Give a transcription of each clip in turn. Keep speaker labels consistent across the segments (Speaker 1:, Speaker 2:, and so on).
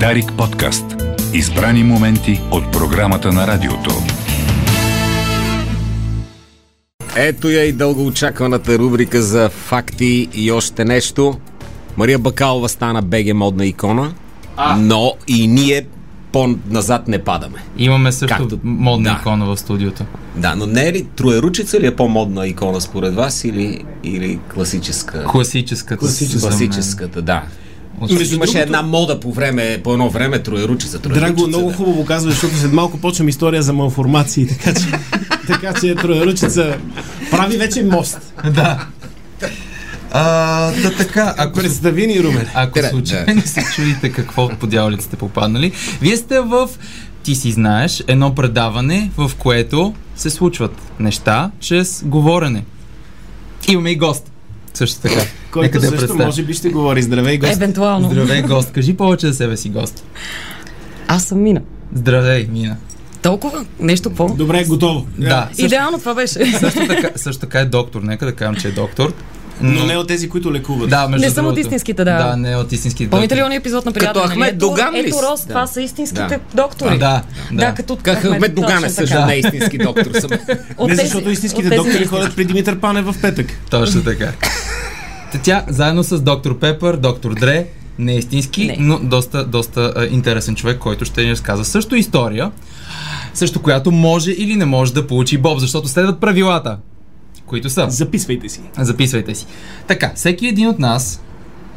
Speaker 1: Дарик подкаст. Избрани моменти от програмата на радиото.
Speaker 2: Ето я и дългоочакваната рубрика за факти и още нещо. Мария Бакалова стана БГ модна икона, а. но и ние по-назад не падаме.
Speaker 3: Имаме също
Speaker 2: Както-
Speaker 3: модна
Speaker 2: да.
Speaker 3: икона в студиото.
Speaker 2: Да, но не е ли троеручица ли е по-модна икона според вас или, или класическа?
Speaker 3: Класическата. за мен.
Speaker 2: Класическата, да.
Speaker 3: От-
Speaker 2: Между имаше една мода по, време, по едно време троеручица.
Speaker 4: Драго,
Speaker 2: троеручица,
Speaker 4: много
Speaker 2: да.
Speaker 4: хубаво казва, защото след малко почвам история за малформации, така че, така че троеручица прави вече мост.
Speaker 3: Да. А, да така, ако се
Speaker 4: Представи ни, Румен.
Speaker 3: Ако
Speaker 2: Тре-
Speaker 3: случайно се чудите какво по дяволите сте попаднали, вие сте в Ти си знаеш едно предаване, в което се случват неща чрез говорене. Имаме и гост. Също така.
Speaker 4: Който
Speaker 3: Нека да я
Speaker 4: също
Speaker 3: представя.
Speaker 4: може би ще говори. Здравей,
Speaker 5: Е,
Speaker 4: гост.
Speaker 5: Евентуално.
Speaker 3: Здравей, гост. Кажи повече за себе си, гост.
Speaker 5: Аз съм Мина.
Speaker 3: Здравей, Мина.
Speaker 5: Толкова? Нещо по?
Speaker 4: Добре, готово.
Speaker 3: Да. Също,
Speaker 5: Идеално това беше.
Speaker 3: също, така, също така е доктор. Нека да кажем, че е доктор.
Speaker 4: Но не от тези, които лекуват.
Speaker 3: Да, между
Speaker 5: Не съм от
Speaker 3: другото.
Speaker 5: истинските, да.
Speaker 3: Да, не е от истинските.
Speaker 5: Помните ли
Speaker 3: доктори.
Speaker 5: ония епизод на приятели?
Speaker 2: Като Ахмед
Speaker 5: Ето-
Speaker 2: Доган ли
Speaker 5: Ето
Speaker 2: си?
Speaker 5: Рос,
Speaker 2: Да.
Speaker 5: това са истинските
Speaker 2: Да.
Speaker 5: доктори.
Speaker 3: А, Да, да.
Speaker 5: да, като
Speaker 2: Как Ахмед Доган е
Speaker 5: точно
Speaker 2: също
Speaker 5: така.
Speaker 2: не истински доктор. Съм.
Speaker 5: От
Speaker 4: Не,
Speaker 5: тези-
Speaker 4: защото
Speaker 5: от
Speaker 4: истинските
Speaker 5: тези
Speaker 4: доктори
Speaker 5: истински.
Speaker 4: ходят при Димитър Панев в петък.
Speaker 3: Точно така. Та Тя заедно с доктор Пепър, доктор Дре, не е истински,
Speaker 5: Не.
Speaker 3: но доста, доста а, интересен човек, който ще ни разказва също история, също която може или не може да получи Боб, защото следват правилата, които са.
Speaker 4: Записвайте си.
Speaker 3: Записвайте си. Така, всеки един от нас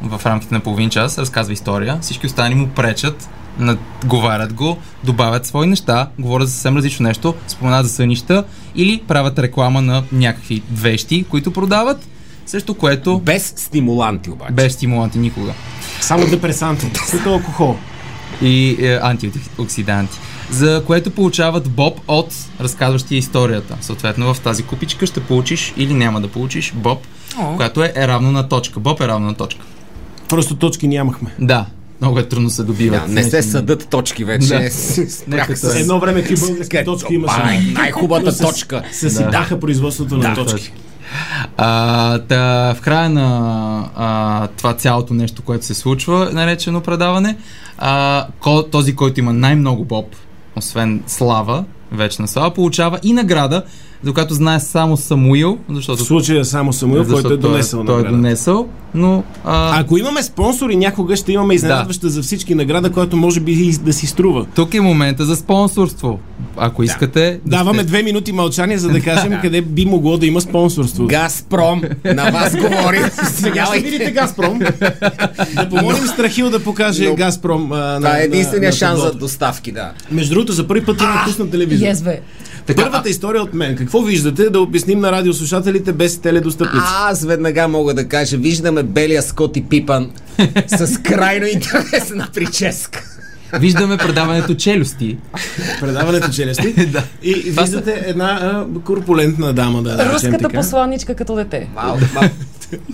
Speaker 3: в рамките на половин час разказва история, всички останали му пречат, надговарят го, добавят свои неща, говорят за съвсем различно нещо, споменават за сънища или правят реклама на някакви вещи, които продават, също което
Speaker 2: Без стимуланти обаче.
Speaker 3: без стимуланти никога.
Speaker 4: Само депресанти. След алкохол.
Speaker 3: И е, антиоксиданти. За което получават Боб от разказващия историята. Съответно, в тази купичка ще получиш или няма да получиш Боб,
Speaker 5: О.
Speaker 3: която е, е равно на точка. Боб е равно на точка.
Speaker 4: Просто точки нямахме.
Speaker 3: Да, много е трудно се добиват.
Speaker 2: Да, не се
Speaker 3: Наистина.
Speaker 2: съдат точки вече.
Speaker 3: Да.
Speaker 2: Спряха
Speaker 3: Нека
Speaker 2: с...
Speaker 4: Едно време какви български
Speaker 2: Къде-
Speaker 4: точки имаше.
Speaker 2: Бай, най-хубавата
Speaker 4: Но с-
Speaker 2: точка.
Speaker 4: Съсидаха производството на точки.
Speaker 3: А, та, в края на а, това цялото нещо, което се случва, е наречено предаване, а, ко, този, който има най-много боб, освен слава, вечна слава, получава и награда, за която знае само Самуил,
Speaker 4: В
Speaker 3: защото,
Speaker 4: случая само Самуил,
Speaker 3: защото
Speaker 4: който е
Speaker 3: той
Speaker 4: донесъл
Speaker 3: той е
Speaker 4: наградата.
Speaker 3: донесъл, но а,
Speaker 4: Ако имаме спонсори, някога ще имаме изненадваща за всички награда, която може би и да си струва.
Speaker 3: тук е момента за спонсорство. Ако искате, да
Speaker 4: Даваме
Speaker 3: сте-
Speaker 4: две минути мълчание, за да кажем къде би могло да има спонсорство.
Speaker 2: Газпром, на вас говори.
Speaker 4: Сега ще видите Газпром. да помолим Страхил да покаже
Speaker 2: но-
Speaker 4: Газпром. А,
Speaker 2: Това е единствения
Speaker 4: на
Speaker 2: шанс за
Speaker 4: таблото.
Speaker 2: доставки, да.
Speaker 4: Между другото, за първи път има пусна телевизия.
Speaker 5: Yes, бе.
Speaker 4: Така, Първата история от мен. Какво виждате да обясним на радиослушателите без теледостъпници?
Speaker 2: Аз веднага мога да кажа, виждаме белия скот и пипан с крайно интересна прическа.
Speaker 3: виждаме предаването челюсти.
Speaker 4: Предаването челюсти.
Speaker 3: Да.
Speaker 4: И и виждате една а, корпулентна дама, да наречем
Speaker 5: Руската
Speaker 4: така.
Speaker 5: посланничка като дете.
Speaker 2: Малко, малко,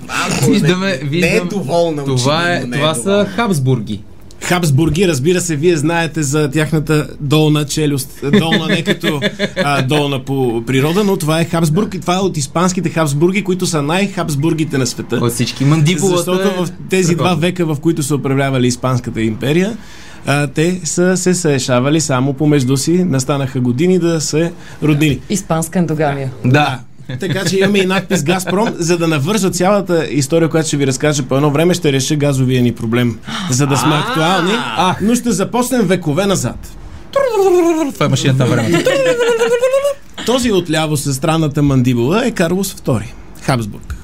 Speaker 2: малко
Speaker 3: Виждаме,
Speaker 2: не,
Speaker 3: виждаме.
Speaker 2: не е доволна.
Speaker 3: Това, е,
Speaker 2: очевидно, не
Speaker 3: това
Speaker 2: е
Speaker 3: са
Speaker 2: доволна.
Speaker 3: Хабсбурги.
Speaker 4: Хабсбурги, разбира се, вие знаете за тяхната долна челюст. Долна не като а, долна по природа, но това е Хабсбург и това е от испанските Хабсбурги, които са най-Хабсбургите на света.
Speaker 3: От всички мандибулата. е
Speaker 4: Защото в тези два
Speaker 3: страхотна.
Speaker 4: века, в които са управлявали Испанската империя, а, те са се съешавали само помежду си, настанаха години да се роднили.
Speaker 5: Испанска ендогамия.
Speaker 3: Да.
Speaker 4: Така че имаме и надпис Газпром, за да навържа цялата история, която ще ви разкажа по едно време, ще реша газовия ни проблем, за да сме актуални,
Speaker 3: А.
Speaker 4: но ще започнем векове назад.
Speaker 3: Това е машината време.
Speaker 4: Този отляво с странната мандибула е Карлос II, Хабсбург.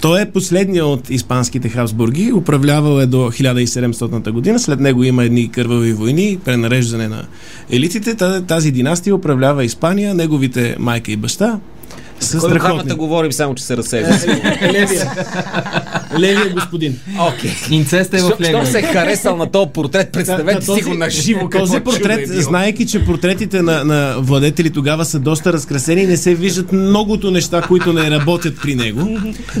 Speaker 4: Той е последния от испанските Хабсбурги, управлявал е до 1700 година, след него има едни кървави войни, пренареждане на елитите, Та- тази династия управлява Испания, неговите майка и баща са
Speaker 2: Кой от двамата
Speaker 4: страхотни.
Speaker 2: говорим, само че се
Speaker 3: Е,
Speaker 2: разсейва.
Speaker 4: Левия. Левия господин.
Speaker 2: Окей.
Speaker 3: Инцест е
Speaker 2: Що-
Speaker 3: в
Speaker 2: Щом се
Speaker 3: леви.
Speaker 2: е харесал на този портрет,
Speaker 4: Та-
Speaker 2: представете
Speaker 4: та
Speaker 2: си го на живо.
Speaker 4: Този
Speaker 2: какво чудо е
Speaker 4: портрет,
Speaker 2: било.
Speaker 4: знаеки, че портретите на, на владетели тогава са доста разкрасени, не се виждат многото неща, които не работят при него.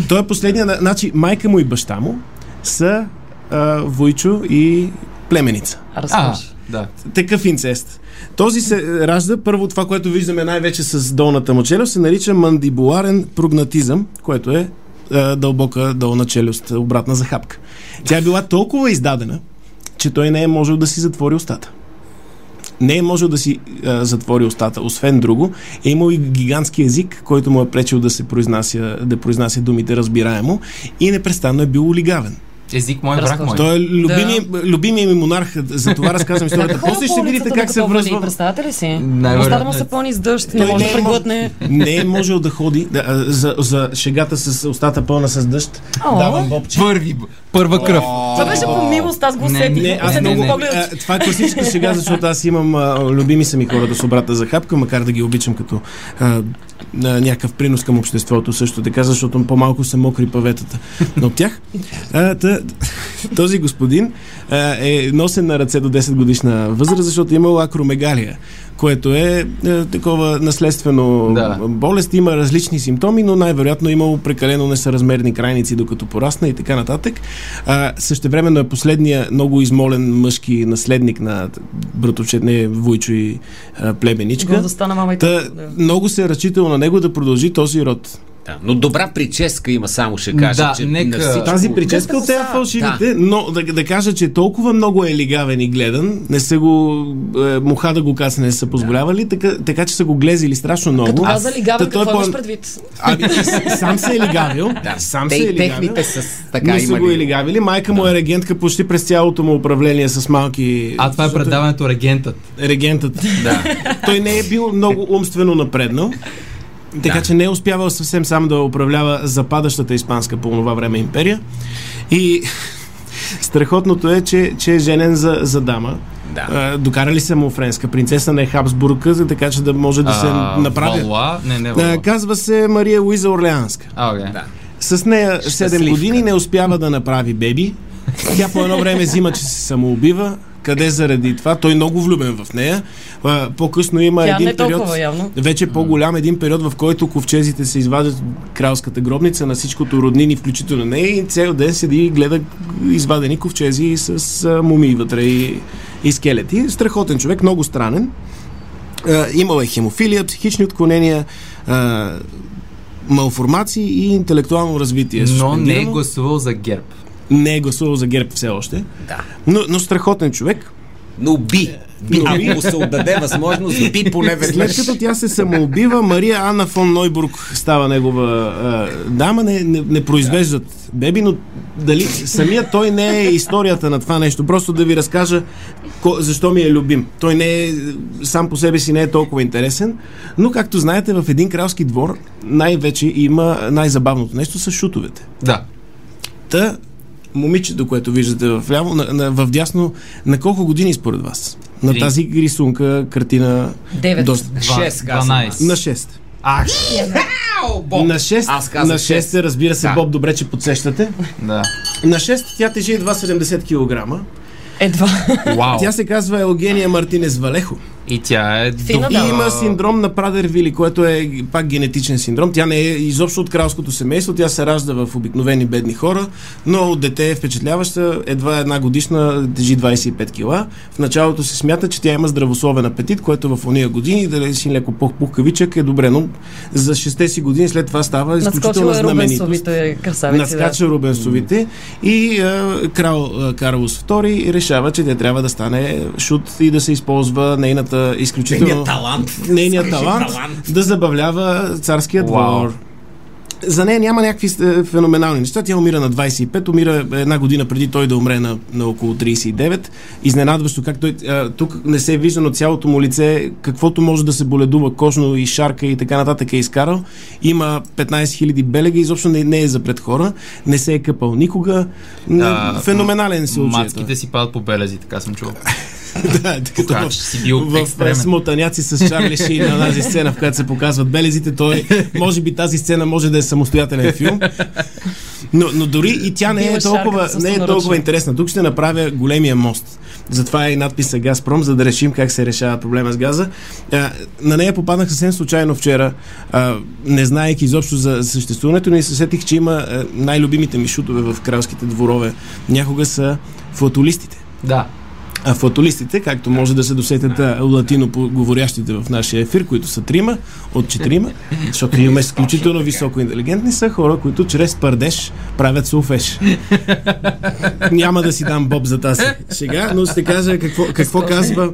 Speaker 4: Той е последния. на- Значи, майка му и баща му са а, Войчо и племеница.
Speaker 3: А,
Speaker 5: Разкажи.
Speaker 3: да.
Speaker 4: Такъв инцест. Този се е, ражда, първо това, което виждаме най-вече с долната му челюст, се нарича мандибуларен прогнатизъм, което е а, дълбока долна челюст, обратна захапка. Тя е била толкова издадена, че той не е можел да си затвори устата. Не е можел да си а, затвори устата. Освен друго, е имал и гигантски език, който му е пречил да се произнася, да произнася думите разбираемо и непрестанно е бил олигавен.
Speaker 3: Език мой, враг мой.
Speaker 4: Той е любими, да. любимия ми монарх, за това разказвам историята. После ще видите как се връзва.
Speaker 5: Представете ли си?
Speaker 3: Най-вероятно
Speaker 5: Остава му
Speaker 3: е.
Speaker 5: се пълни с дъжд, не
Speaker 4: Той
Speaker 5: може
Speaker 4: не
Speaker 5: да
Speaker 4: е
Speaker 5: преглътне.
Speaker 4: Не е можел да ходи да, а, за, за шегата с устата пълна с дъжд.
Speaker 5: О.
Speaker 4: Давам бобче.
Speaker 3: Първи, б- първа кръв.
Speaker 5: Това беше по милост, аз го
Speaker 3: Не,
Speaker 5: усетих.
Speaker 4: Не, аз
Speaker 5: Усетих
Speaker 4: много...
Speaker 5: го погледа.
Speaker 4: А, това е класическа шега, защото аз имам а, любими са ми хората с обратна захапка, макар да ги обичам като а, на някакъв принос към обществото също така, защото по-малко са мокри паветата. Но от тях а, та, този господин а, е носен на ръце до 10 годишна възраст, защото е имал акромегалия което е, е такова наследствено
Speaker 3: Да.
Speaker 4: да. болест, има различни симптоми, но най-вероятно е имало прекалено несъразмерни крайници, докато порасна и така нататък. А, същевременно е последния много измолен мъжки наследник на братовчетне Войчо и а, племеничка.
Speaker 5: Гордостта на мама и
Speaker 4: Та,
Speaker 5: татко, да.
Speaker 4: много се е разчитал на него да продължи този род.
Speaker 2: Да, но добра прическа има, само ще кажа,
Speaker 3: Да,
Speaker 2: че
Speaker 3: нека-
Speaker 2: на всичко...
Speaker 4: Тази прическа от тези фалшивите, да. но да, да кажа, че толкова много е лигавен и гледан, не са го, е, муха да го касне, не са позволявали, така, така че са го глезили страшно много.
Speaker 5: Като
Speaker 4: Аз-
Speaker 5: каза лигавен,
Speaker 4: Та той
Speaker 5: какво
Speaker 4: по-
Speaker 5: имаш предвид?
Speaker 4: Ами, сам се е лигавил. Да, сам
Speaker 2: Те
Speaker 4: се е
Speaker 2: и
Speaker 4: лигавил.
Speaker 2: техните с така
Speaker 4: Така, не са
Speaker 2: имали.
Speaker 4: го и лигавили. Майка му е регентка почти през цялото му управление с малки...
Speaker 3: А това е предаването регентът.
Speaker 4: Регентът. Да. Той не е бил много умствено напреднал. Така че не е успявал съвсем сам да управлява западащата испанска по това време империя. И страхотното е, че, че е женен за, за дама.
Speaker 2: Да.
Speaker 4: А, докарали са му френска принцеса на Хабсбурга, за- така че да може да се
Speaker 3: А,
Speaker 4: направи.
Speaker 3: Валуа? Не, не Валуа.
Speaker 4: А, казва се Мария Луиза Орлеанска.
Speaker 3: А, окей.
Speaker 2: Да.
Speaker 4: С нея 7
Speaker 2: Щастливка.
Speaker 4: години не успява да направи беби. Тя по едно време взима, че се самоубива. Къде заради това? Той е много влюбен в нея. А, По-късно има
Speaker 5: Тя
Speaker 4: един
Speaker 5: не е
Speaker 4: период.
Speaker 5: толкова, явно.
Speaker 4: Вече по-голям един период, в който ковчезите се изваждат от кралската гробница на всичкото роднини, включително нея, и цел ден седи и гледа извадени ковчези с а, мумии вътре и, и скелети. Страхотен човек, много странен. А, Имал е хемофилия, психични отклонения, а, малформации и интелектуално развитие.
Speaker 3: Но не е
Speaker 4: Суспендирано.
Speaker 3: гласувал за ГЕРБ.
Speaker 4: не е гласувал за ГЕРБ все още.
Speaker 2: Да.
Speaker 4: Но, но страхотен човек.
Speaker 2: Но би. би. Ако му се отдаде възможност, би поне
Speaker 4: След
Speaker 2: веднъж.
Speaker 4: като тя се самоубива, Мария Анна фон Нойбург става негова а, дама. Не, не, не произвеждат беби, но дали самия той не е историята на това нещо. Просто да ви разкажа ко, защо ми е любим. Той не е, сам по себе си не е толкова интересен, но както знаете, в един кралски двор най-вече има най-забавното нещо с шутовете.
Speaker 3: Да.
Speaker 4: Та, момичето, което виждате в, ляво, на, на, в дясно, на колко години според вас? На
Speaker 3: Три.
Speaker 4: тази рисунка, картина...
Speaker 5: Девет.
Speaker 4: Доста.
Speaker 3: Два-
Speaker 2: Шест, казвам аз.
Speaker 3: 12.
Speaker 4: На 6.
Speaker 3: Ах,
Speaker 2: Ау, Боб!
Speaker 4: На 6,
Speaker 2: Аз казах
Speaker 4: на 6,
Speaker 2: шест.
Speaker 4: разбира се,
Speaker 2: Да.
Speaker 4: Боб, добре, че подсещате.
Speaker 3: да.
Speaker 4: На 6 тя тежи едва 70 кг.
Speaker 5: Едва.
Speaker 3: Вау.
Speaker 4: Тя се казва Елгения Мартинес Валехо.
Speaker 3: И тя е...
Speaker 5: Фина,
Speaker 3: до-
Speaker 4: И
Speaker 5: да.
Speaker 4: има синдром на Прадер Вили, което е пак генетичен синдром. Тя не е изобщо от кралското семейство, тя се ражда в обикновени бедни хора, но от дете е впечатляваща. Едва една годишна тежи 25 кила. В началото се смята, че тя има здравословен апетит, което в уния години, дали си леко пух-пухкавичък е добре, но за 6 си години след това става изключително
Speaker 5: Наскочила е
Speaker 4: знаменитост.
Speaker 5: Рубенсовите красавици. да.
Speaker 4: Надскача Рубенсовите и а, крал а, Карлос II решава, че тя трябва да стане шут и да се използва нейната изключително...
Speaker 2: Нейният талант.
Speaker 4: Нейният
Speaker 2: Скажи,
Speaker 4: талант,
Speaker 2: талант.
Speaker 4: да забавлява царския
Speaker 3: Уау.
Speaker 4: двор. За нея няма някакви е, феноменални неща. Тя умира на 25, умира една година преди той да умре на, на около 39. Изненадващо как той... А, тук не се вижда на цялото му лице каквото може да се боледува кожно и шарка и така нататък е изкарал. Има 15 000 белега, изобщо не, не е за пред хора. Не се е къпал никога.
Speaker 3: А,
Speaker 4: А, Феноменален се е учи.
Speaker 3: Мацките си падат по белези, така съм чувал.
Speaker 4: Да, като
Speaker 3: Така
Speaker 4: в,
Speaker 3: че си бил
Speaker 4: в,
Speaker 3: екстремен.
Speaker 4: в Смотаняци с Чарли Шин на тази сцена, в която се показват белезите, той може би тази сцена може да е самостоятелен филм. Но, но дори и тя не е
Speaker 5: Била
Speaker 4: толкова,
Speaker 5: шарката
Speaker 4: не е
Speaker 5: собственоръчно.
Speaker 4: толкова интересна. Тук ще направя големия мост. Затова е и надписа Газпром, за да решим как се решава проблема с газа. А, на нея попаднах съвсем случайно вчера, а, не знаеки изобщо за съществуването, но и се сетих, че има а, най-любимите ми шутове в кралските дворове. Някога са флатолистите.
Speaker 3: Да.
Speaker 4: а, фаталистите, както може да се досетят а, латино говорящите в нашия ефир, които са трима от четирима, защото имаме изключително високо интелигентни, са хора, които чрез пардеж правят сулфеж. Няма да си дам боб за тази шега, но ще кажа какво, какво казва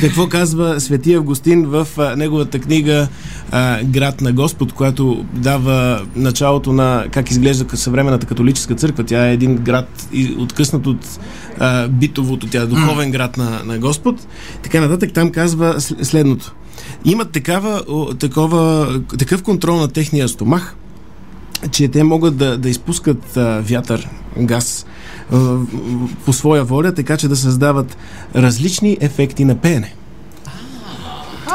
Speaker 4: какво казва Свети Августин в а, неговата книга а, Град на Господ, която дава началото на как изглежда къс- съвременната католическа църква. Тя е един град и- откъснат от а, битовото, тя е духовен град на, на Господ. Така нататък там казва сл- следното. Имат такава, о, такова, такъв контрол на техния стомах, че те могат да, да изпускат а, вятър, газ а, в- в- по своя воля, така че да създават различни ефекти на пеене.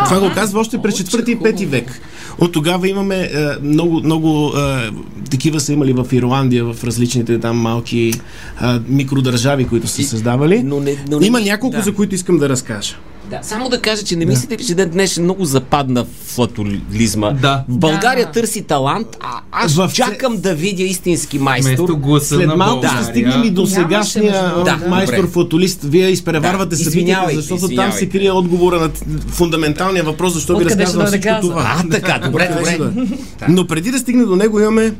Speaker 4: Това го казва още през 4 и 5 век. От тогава имаме е, много, много е, такива са имали в Ирландия, в различните там малки е, микродържави, които са създавали.
Speaker 6: Но не, но не,
Speaker 4: Е, Има няколко,
Speaker 6: да,
Speaker 4: за които искам да разкажа.
Speaker 6: да. Само да кажа, че не мислите ли, че ден днес много западна флатолизма?
Speaker 3: Да.
Speaker 6: В България
Speaker 5: Да.
Speaker 6: търси талант, а аз
Speaker 4: В-
Speaker 6: чакам да видя истински майстор.
Speaker 3: Вместо гласа
Speaker 4: След
Speaker 3: на
Speaker 4: малко ще
Speaker 3: България.
Speaker 4: стигнем и до
Speaker 5: Нямаше
Speaker 4: сегашния
Speaker 5: между-
Speaker 4: да,
Speaker 6: Да,
Speaker 4: майстор
Speaker 6: добре.
Speaker 4: флатолист. Вие изпреварвате
Speaker 6: Да,
Speaker 4: събитията,
Speaker 6: извинявайте,
Speaker 4: защото там
Speaker 6: извинявайте.
Speaker 4: се крие отговора на т- фундаменталния въпрос, защо ви
Speaker 5: Откъде ще
Speaker 4: разказвам
Speaker 5: дойде
Speaker 4: всичко
Speaker 5: газа?
Speaker 4: това.
Speaker 6: А, така, добре,
Speaker 4: Къде ще
Speaker 6: добре.
Speaker 4: дойде? Но преди да стигне до него имаме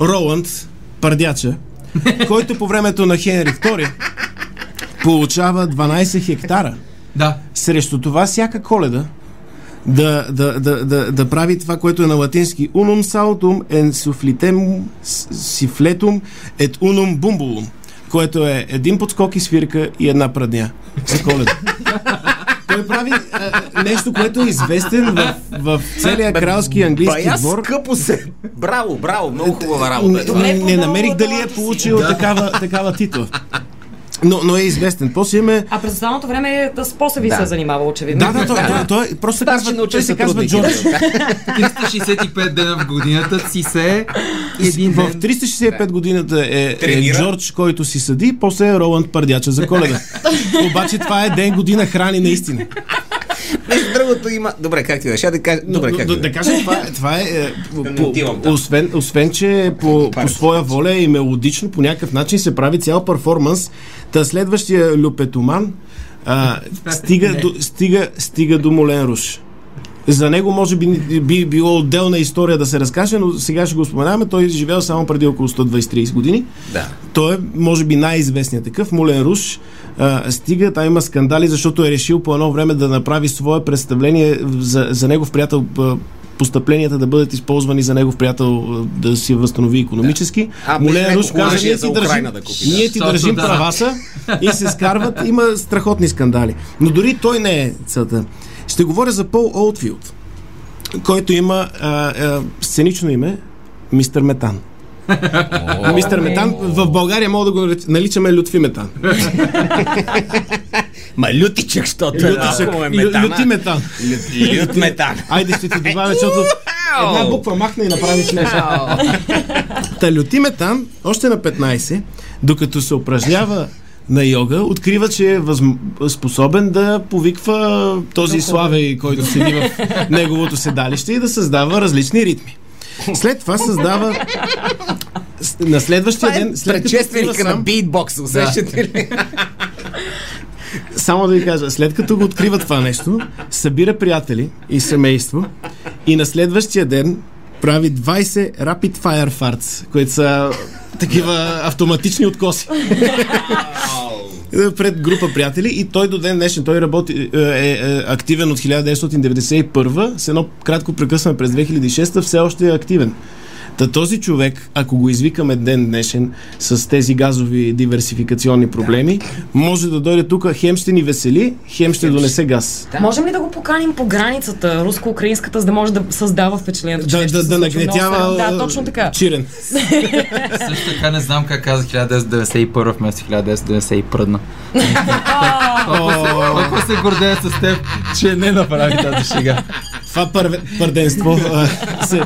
Speaker 4: Роланд, пардяча, който по времето на Хенри II получава 12 хектара.
Speaker 3: Да.
Speaker 4: Срещу това всяка коледа да, да, да, да, да прави това, което е на латински unum saltum en suflitem sifletum et unum bumbulum, което е един подскок и свирка и една прадня за коледа. Той прави а, нещо, което е известен в, в целия кралски английски
Speaker 6: Бая
Speaker 4: двор.
Speaker 6: скъпо се. Браво, браво, много хубава работа. Значи
Speaker 4: Не,
Speaker 6: Добре.
Speaker 4: не, не
Speaker 5: подало
Speaker 4: намерих
Speaker 5: от
Speaker 4: дали е
Speaker 5: таланта си.
Speaker 4: получил такава, такава титла. Но, но е известен. После имаме
Speaker 5: А през останалото време да с после ви се е занимавал, очевидно.
Speaker 4: да, да, той, той, той просто се
Speaker 6: Старши
Speaker 4: казва,
Speaker 6: научен
Speaker 4: той се казва
Speaker 6: сътрудник.
Speaker 4: Джордж.
Speaker 3: 365 дена в годината си се един
Speaker 4: В
Speaker 3: ден.
Speaker 4: 365 годината е, е
Speaker 6: Тренира.
Speaker 4: Джордж, който си съди, после е Роланд Пърдяча за коледа. Обаче това е ден година храни наистина.
Speaker 6: Нещо другото има. Добре, как ти да ще да кажа. Добре,
Speaker 4: Но-
Speaker 6: как
Speaker 4: но-
Speaker 6: ти
Speaker 4: да
Speaker 6: да
Speaker 4: кажа, това, е- това е... е, по-
Speaker 6: не
Speaker 4: по-
Speaker 6: отивам, да.
Speaker 4: Освен, освен, че по, по своя воля и мелодично, по някакъв начин се прави цял перформанс. Та следващия Люпетоман а,
Speaker 6: е
Speaker 4: стига, до, стига, стига до Молен Руш. За него може би, би било отделна история да се разкаже, но сега ще го споменаваме. Той е живял само преди около 120-30 години.
Speaker 6: Да.
Speaker 4: Той е, може би, най-известният такъв. Молен Руш а, стига, там има скандали, защото е решил по едно време да направи свое представление за, за негов приятел а, постъпленията да бъдат използвани за негов приятел а, да си възстанови економически.
Speaker 6: А,
Speaker 4: Молен
Speaker 6: леко
Speaker 4: Руш каза,
Speaker 6: оръжие
Speaker 4: ние
Speaker 6: за
Speaker 4: ти
Speaker 6: Украйна
Speaker 4: държим,
Speaker 6: да купи, да.
Speaker 4: ние Е, ти
Speaker 3: Точно,
Speaker 4: държим
Speaker 3: да.
Speaker 4: права са и се скарват. Има страхотни скандали. Но дори той не е целта. Ще говоря за Пол Олдфилд, който има а, а, сценично име Мистер Метан. Мистер Метан, в България мога да го нарич- наричаме Лютви Метан.
Speaker 6: Ма лютичък, защото е
Speaker 4: Лютичък.
Speaker 6: малко е
Speaker 4: Лю-
Speaker 6: метана. е
Speaker 4: Люти Метан.
Speaker 6: Лют- Лют метан.
Speaker 4: Айде ще ти добавя, защото една буква махна и направиш нещо. Та Люти Метан, още на 15, докато се упражнява на йога, открива, че е възм- способен да повиква този славей, който седи в неговото седалище и да създава различни ритми. След това създава с- на следващия
Speaker 6: Това е
Speaker 4: ден... след като
Speaker 6: предшественика
Speaker 4: отива
Speaker 6: на
Speaker 4: сам-
Speaker 6: битбокс, усещате ли?
Speaker 4: Само да ви кажа, след като го открива това нещо, събира приятели и семейство и на следващия ден прави 20 rapid fire farts, които са такива автоматични откоси. пред група приятели и той до ден днешен, той работи, е, е, е активен от 1991, с едно кратко прекъсване през 2006, все още е активен. Та този човек, ако го извикаме ден днешен с тези газови диверсификационни проблеми, може да дойде тук, хем ще ни весели, хем ще донесе газ.
Speaker 5: Можем ли да го поканим по границата, руско-украинската, за да може да създава впечатлението, че
Speaker 4: Да,
Speaker 5: нещо
Speaker 4: да,
Speaker 5: се
Speaker 4: да
Speaker 5: случва много
Speaker 4: нагнетява
Speaker 5: сериозно. Да, точно така.
Speaker 4: Чирен.
Speaker 3: Също така не знам как каза 1991 вместо 1991. Толкова се гордея с теб, че не направи тази шега.
Speaker 4: Това първе, пърденство а, се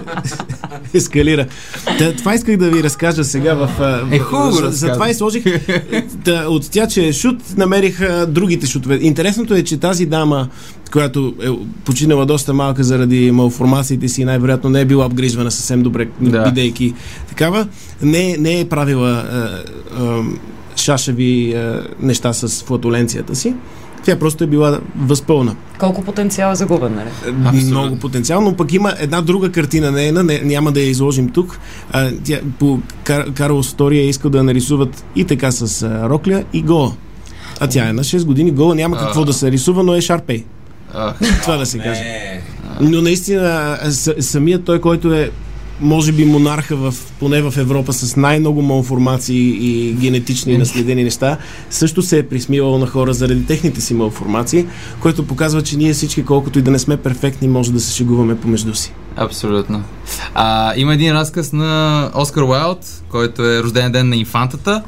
Speaker 4: ескалира. Та, това исках да ви разкажа сега в... а,
Speaker 3: Е, хубаво
Speaker 4: за,
Speaker 3: разказа.
Speaker 4: за това и сложих... Та, от тя, че е шут, намерих а, другите шутове. Интересното е, че тази дама, която е починала доста малка заради малформациите си и най-вероятно не е била обгрижвана съвсем добре,
Speaker 3: Да.
Speaker 4: бидейки такава, не, не е правила а, а, шашеви е, неща с флатоленцията си. Тя просто е била възпълна.
Speaker 5: Колко потенциал е загубен, нали?
Speaker 4: Абсолютно. Много потенциал, но пък има една друга картина нейна, не, няма да я изложим тук. А, тя, по Кар, Карлос II е искал да я нарисуват и така с а, рокля и гола. А тя е на 6 години гола, няма какво да се рисува, но е шарпей. Това да се каже. Но наистина с- самият той, който е може би монарха в, поне в Европа с най-много малформации и генетични наследени неща, също се е присмивал на хора заради техните си малформации, което показва, че ние всички, колкото и да не сме перфектни, може да се шегуваме помежду си.
Speaker 3: Абсолютно. А, има един разказ на Оскар Уайлд, който е рожден ден на инфантата,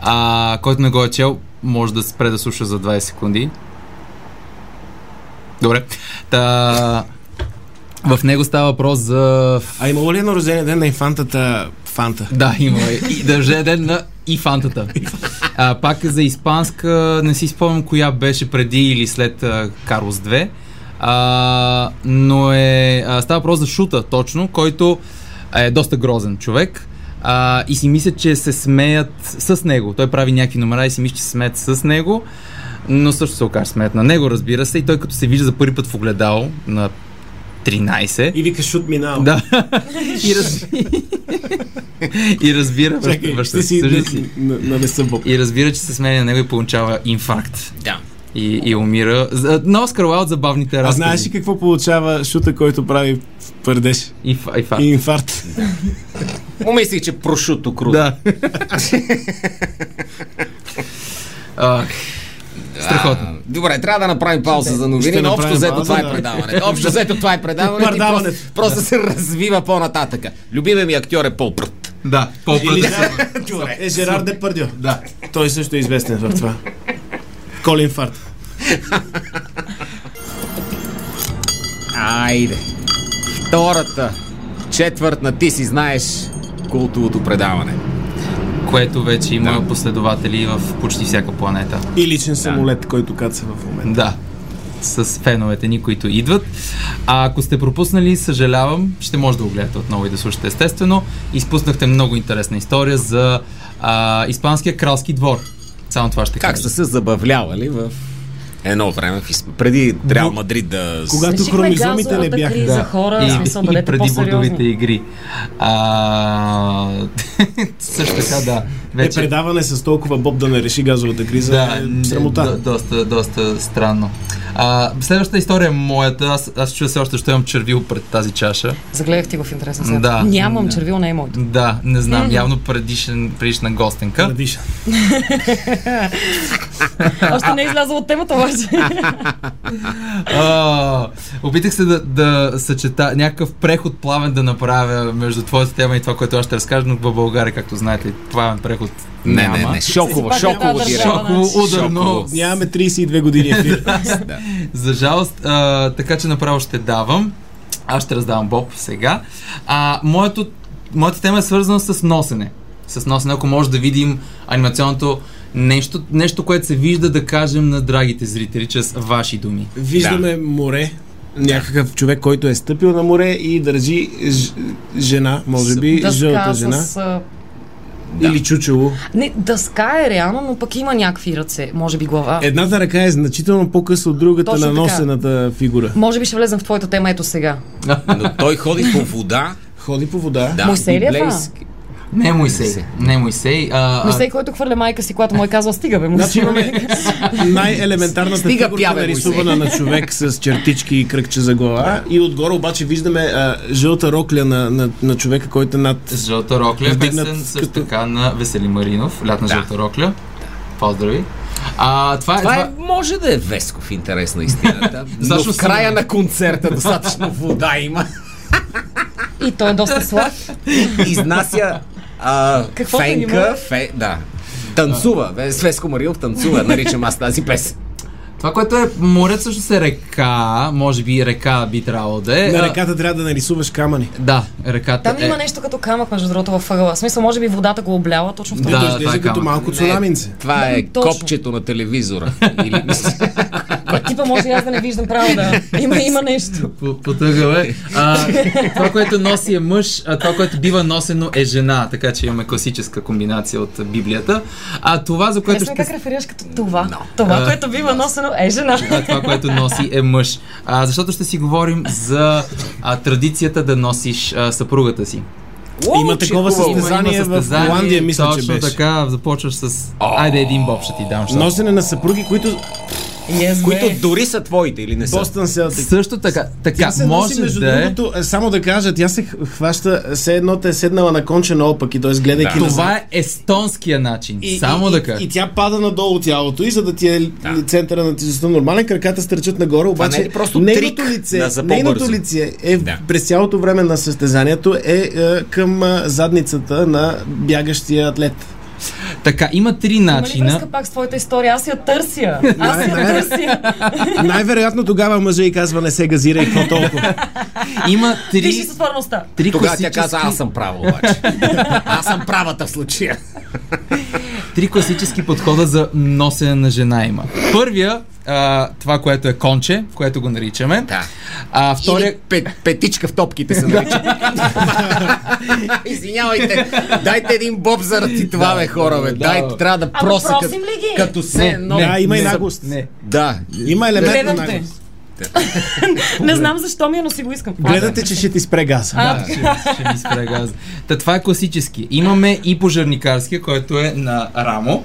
Speaker 3: а, който не го е чел, може да спре да слуша за 20 секунди. Добре. Та, в него става въпрос за...
Speaker 4: А имало ли е на рождения ден на инфантата Фанта?
Speaker 3: Да, има. е. И да рожден ден на инфантата. А, пак е за испанска, не си спомням коя беше преди или след а, Карлос 2. А, но е, а, става въпрос за Шута, точно, който е доста грозен човек. А, и си мислят, че се смеят с него. Той прави някакви номера и си мисли, че се смеят с него. Но също се окаже смеят на него, разбира се. И той като се вижда за първи път в огледало на 13.
Speaker 4: И вика шут минал.
Speaker 3: Да. и, раз... и разбира,
Speaker 4: Чакай,
Speaker 3: връща
Speaker 4: ще
Speaker 3: се,
Speaker 4: си
Speaker 3: служи
Speaker 4: на,
Speaker 3: си.
Speaker 4: на, на не съм Бог.
Speaker 3: И разбира, че се сменя на него и получава инфаркт.
Speaker 6: Да.
Speaker 3: И, и умира. За- На Оскар Уайлд забавните
Speaker 4: А
Speaker 3: разкази.
Speaker 4: знаеш ли какво получава шута, който прави в пардеж?
Speaker 3: Инф... Инфаркт.
Speaker 4: И инфаркт.
Speaker 6: Помислих, че прошуто круто.
Speaker 3: Да. Ах, страхотно.
Speaker 6: Добре, трябва да направим пауза за новини,
Speaker 4: Ще
Speaker 6: но общо
Speaker 4: направим
Speaker 6: взето
Speaker 4: пауза,
Speaker 6: това е
Speaker 4: да.
Speaker 6: предаването. Общо взето това е предаването. и
Speaker 4: Предаването.
Speaker 6: просто, просто се развива по-нататъка. Любимия ми актьор е Пол Прът.
Speaker 3: Да,
Speaker 4: Или
Speaker 3: по-предъсъм.
Speaker 4: да, е Жерар Депардио. Да. Той също е известен в това. Колин Фарт.
Speaker 6: Айде. Втората четвърт на ти си знаеш култовото предаване.
Speaker 3: Което вече има последователи в почти всяка планета.
Speaker 4: И личен самолет, който каца в момента.
Speaker 3: Да. С феновете ни, които идват. А ако сте пропуснали, съжалявам, ще може да го гледате отново и да слушате естествено. Изпуснахте много интересна история за а, испанския кралски двор. Само това ще
Speaker 6: Как
Speaker 3: кажа.
Speaker 6: са се забавлявали в едно време, в Исп- преди Реал Мадрид да... с-
Speaker 4: Когато
Speaker 5: Решихме
Speaker 4: хромизомите не
Speaker 5: газовата
Speaker 4: бяха.
Speaker 5: криза. за хора, в смисъл, е
Speaker 3: и, и
Speaker 5: бъдете
Speaker 3: преди
Speaker 5: по-сериозни.
Speaker 3: бордовите игри. А, също така, да.
Speaker 4: Е
Speaker 3: Вече,
Speaker 4: предаване с толкова боб да не реши газовата криза.
Speaker 3: Значи- да,
Speaker 4: е срамота.
Speaker 3: до, доста, доста странно. А, следващата история е моята. Аз, аз чуя се още, защо имам червил пред тази чаша.
Speaker 5: Загледах ти го в интересен свят.
Speaker 3: Да.
Speaker 5: Нямам червил, не е моето.
Speaker 3: Да, не знам, явно предишен, предишна гостенка.
Speaker 4: Радиша.
Speaker 5: Още не е излязъл от темата, обаче.
Speaker 3: А, опитах се да, да съчета някакъв преход плавен да направя между твоята тема и това, което аз ще разкажа, но в България, както знаете, плавен преход
Speaker 6: Не,
Speaker 3: няма.
Speaker 6: не, не. Шоково,
Speaker 5: Пак е
Speaker 6: шоково
Speaker 5: тази
Speaker 6: директно.
Speaker 5: държава.
Speaker 3: Шоково, ударно.
Speaker 6: Шоково.
Speaker 4: Нямаме 32 години ефир.
Speaker 3: За жалост, а, така че направо ще давам. Аз ще раздавам Боб сега. А, моето, моята тема е свързана с носене. С носене, ако може да видим анимационното нещо, нещо, което се вижда, да кажем на драгите зрители, чрез ваши думи.
Speaker 4: Виждаме море. Някакъв човек, който е стъпил на море и държи ж- жена, може би, жълта
Speaker 5: Дъска
Speaker 4: жена.
Speaker 5: с... а,
Speaker 4: Или чучело.
Speaker 5: Не, дъска е реално, но пък има някакви ръце. Може би глава.
Speaker 4: Едната ръка е значително по-къса от другата
Speaker 5: Точно
Speaker 4: на
Speaker 5: така.
Speaker 4: носената фигура.
Speaker 5: Може би ще влезем в твоята тема ето сега.
Speaker 6: Но той ходи по вода.
Speaker 4: Ходи по вода.
Speaker 6: Да,
Speaker 5: Мойсей ли е това?
Speaker 6: библейски.
Speaker 3: Не Мойсей. Не Мойсей. А,
Speaker 5: Но всеки, който хвърля майка си, когато му е казал, стига бе, му
Speaker 4: Значи имаме най-елементарната
Speaker 6: Стига
Speaker 4: фигурка,
Speaker 6: пяве,
Speaker 4: нарисувана на човек с чертички и кръгче за глава. И отгоре обаче виждаме а, жълта рокля на, на, на човека, който е над...
Speaker 3: С жълта рокля,
Speaker 4: Вдигнат
Speaker 3: песен също
Speaker 4: като-
Speaker 3: така на Весели Маринов, лятна да. жълта рокля. Поздрави. А, това, е,
Speaker 6: Това е,
Speaker 3: това...
Speaker 6: може да е Весков, интерес на истината. Но
Speaker 3: Защо
Speaker 6: в края
Speaker 3: съм-
Speaker 6: на концерта достатъчно вода има.
Speaker 5: И той е доста слаб.
Speaker 6: Изнася а,
Speaker 5: Какво да
Speaker 6: фенка.
Speaker 5: има?
Speaker 6: Фе, да. Танцува. Вес- Веско Марилов танцува, наричам аз тази песен.
Speaker 3: това, което е морето също се река, може би река би трябвало да е.
Speaker 4: На
Speaker 3: А,
Speaker 4: реката трябва да нарисуваш камъни.
Speaker 3: Да, реката
Speaker 5: Там
Speaker 3: е.
Speaker 5: има нещо като камък, между другото, във въгъла. В смисъл, може би водата го обляла точно в
Speaker 4: Да,
Speaker 5: това.
Speaker 3: Да,
Speaker 4: да,
Speaker 3: това е
Speaker 4: излезе като
Speaker 3: камък.
Speaker 4: малко цунаминце.
Speaker 6: Това е
Speaker 5: точно.
Speaker 6: копчето на телевизора. Или...
Speaker 5: Типа може и аз да не виждам право да. Има, има нещо.
Speaker 3: По- Потъгал е. А, това, което носи е мъж, а това, което бива носено е жена, така че имаме класическа комбинация от Библията. А това, за което
Speaker 5: Харесва ми
Speaker 3: ще
Speaker 5: е как реферираш като това. Това,
Speaker 3: А,
Speaker 5: което бива носено е жена.
Speaker 3: а това, което носи е мъж. А, защото ще си говорим за а, традицията да носиш а, съпругата си.
Speaker 4: Има такова състезание в Холандия, мисля, че
Speaker 3: точно
Speaker 4: беше.
Speaker 3: така, започваш с... Айде един боб ще ти дам. защото-
Speaker 4: Носене на съпруги, които
Speaker 5: Yes,
Speaker 2: Които
Speaker 5: бе.
Speaker 2: дори са твоите или не са.
Speaker 4: Бостън се
Speaker 3: Също така, така
Speaker 4: Тя се носи,
Speaker 3: може
Speaker 4: между
Speaker 3: да е...
Speaker 4: другото, е, само да кажа, тя се х- хваща, все едно те е седнала на конче на опаки, т.е. гледайки назад.
Speaker 3: Това е естонския начин.
Speaker 4: И,
Speaker 3: Само
Speaker 4: и,
Speaker 3: да
Speaker 4: и,
Speaker 3: кажа.
Speaker 4: и тя пада надолу тялото и за да ти е да. центъра на тежестта нормален, краката стърчат нагоре, обаче
Speaker 2: не е ли просто
Speaker 4: нейното,
Speaker 2: трик
Speaker 4: лице,
Speaker 2: на за
Speaker 4: нейното
Speaker 2: по-бързо?
Speaker 4: лице е
Speaker 2: Да.
Speaker 4: да. през цялото време на състезанието е, е към е, задницата на бягащия атлет.
Speaker 3: Така, има
Speaker 4: Нали
Speaker 3: три
Speaker 5: Има ли
Speaker 3: начина.
Speaker 5: връзка пак с твоята история? Аз я търся. Аз я
Speaker 4: Не, не.
Speaker 5: търся.
Speaker 4: Най-вероятно тогава мъжа и казва не се газира и какво толкова.
Speaker 3: Има
Speaker 5: Виж
Speaker 3: три,
Speaker 5: си сътворността.
Speaker 3: три
Speaker 2: Тогава тя
Speaker 3: класически,
Speaker 2: каза, аз съм права обаче. аз съм правата в случая.
Speaker 3: три класически подхода за носене на жена има. Първия, а, това, което е конче, което го наричаме.
Speaker 2: Да.
Speaker 3: А втория,
Speaker 2: Или пет, петичка в топките се нарича. Извинявайте, дайте един боб заради това, бе, хора, бе.
Speaker 3: да.
Speaker 2: Дайте, трябва да
Speaker 5: Ама
Speaker 2: проса
Speaker 5: просим
Speaker 2: като,
Speaker 5: ли ги?
Speaker 2: като се, но...
Speaker 4: Да, е има и
Speaker 3: не,
Speaker 4: наглост.
Speaker 3: не.
Speaker 2: Да,
Speaker 4: Има елемент на
Speaker 5: Гледам те.
Speaker 4: наглост.
Speaker 5: Не знам защо ми е, но си го искам.
Speaker 4: Гледате, че ще ти спре газа.
Speaker 3: Да, ще, ще ми спре газа. Та това е класически. Имаме и пожарникарския, който е на рамо.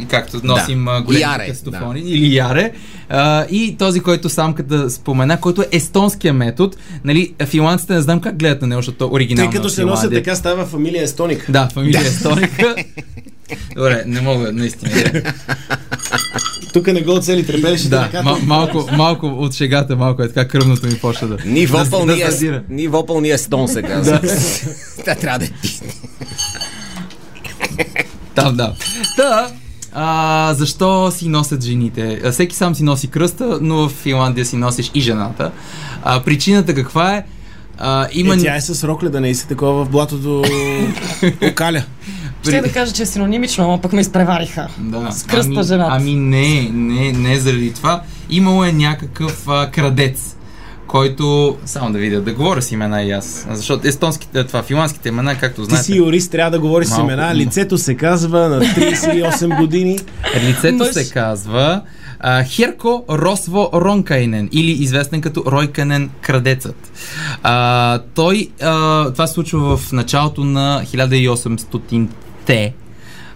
Speaker 3: И както носим да.
Speaker 2: Яре,
Speaker 3: големи кастофони, да. или яре. А, и този, който самката спомена, който е естонския метод. Нали, финландците не знам как гледат на него, защото оригинално
Speaker 4: Те като се носят така става фамилия Естоника.
Speaker 3: Да, фамилия е естоника. Добре, не мога, наистина.
Speaker 4: Тук не го оцели трепелеше да.
Speaker 3: Да,
Speaker 4: ръката.
Speaker 3: мал- малко, малко от шегата, малко е така кръвното ми почна да...
Speaker 2: Ниво
Speaker 3: да- да
Speaker 2: пълния,
Speaker 3: задира.
Speaker 2: ниво пълния стон се казва. Та трябва да е
Speaker 3: Там, да. Та, а, защо си носят жените? А, Всеки сам си носи кръста, но в Финландия си носиш и жената. А, причината каква е? А, има...
Speaker 4: Е, тя е с рокля, да не и се такова в блатото окаля.
Speaker 5: Ще да кажа, че е синонимично, ама пък ме изпревариха.
Speaker 3: Да.
Speaker 5: С кръста
Speaker 3: ами,
Speaker 5: жената.
Speaker 3: Ами не, не, не заради това. Имало е някакъв а, крадец, който... Само да видя, да говоря с имена и аз. Защото естонските, това, финландските имена, както
Speaker 4: Ти
Speaker 3: знаете...
Speaker 4: си юрист, трябва да говориш с
Speaker 3: Малко.
Speaker 4: имена. Лицето се казва на 38 години.
Speaker 3: Лицето
Speaker 5: Мъж.
Speaker 3: се казва а, Херко Росво Ронкайнен или известен като Ройканен Крадецът. А, той, а, това се случва в началото на 1800-те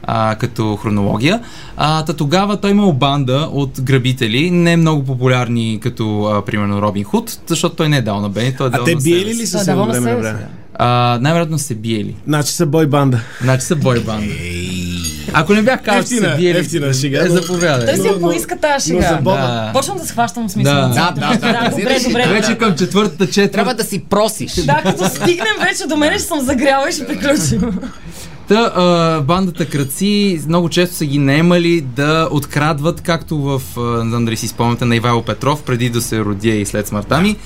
Speaker 3: а, като хронология. А, та тогава той имал банда от грабители, не много популярни като, а, примерно, Робин Худ, защото той не е дал на бени, той е дал
Speaker 4: А те
Speaker 3: на
Speaker 4: биели
Speaker 3: себе
Speaker 4: ли
Speaker 3: си.
Speaker 4: са
Speaker 5: Да,
Speaker 4: се
Speaker 5: да,
Speaker 4: от
Speaker 5: на
Speaker 4: време на
Speaker 5: себе си,
Speaker 4: време?
Speaker 3: А, най-вероятно са биели.
Speaker 4: Значи са бой банда.
Speaker 3: Значи са бой банда. Ако не бях казал, че са
Speaker 4: Ефтина-
Speaker 3: биели,
Speaker 4: ефтина шега,
Speaker 3: е,
Speaker 4: но-
Speaker 3: заповядай.
Speaker 5: Той си я
Speaker 4: но-
Speaker 5: поиска тази
Speaker 4: Но за
Speaker 5: шега.
Speaker 4: боба.
Speaker 3: Да.
Speaker 5: Почвам да схващам смисъл.
Speaker 3: Да.
Speaker 5: на цялата
Speaker 2: Да, да,
Speaker 5: работа.
Speaker 2: да,
Speaker 5: Добре,
Speaker 2: разбираш ли?
Speaker 5: добре.
Speaker 3: Вече към четвъртата
Speaker 2: Трябва
Speaker 3: четвърт.
Speaker 2: да си просиш.
Speaker 5: Да, като стигнем вече до мен, ще съм загряла и ще приключим.
Speaker 3: Та, а, бандата краци много често са ги наемали да открадват, както в, а, не знам дали си спомняте, на Ивайло Петров, преди да се родя и след смъртта ми.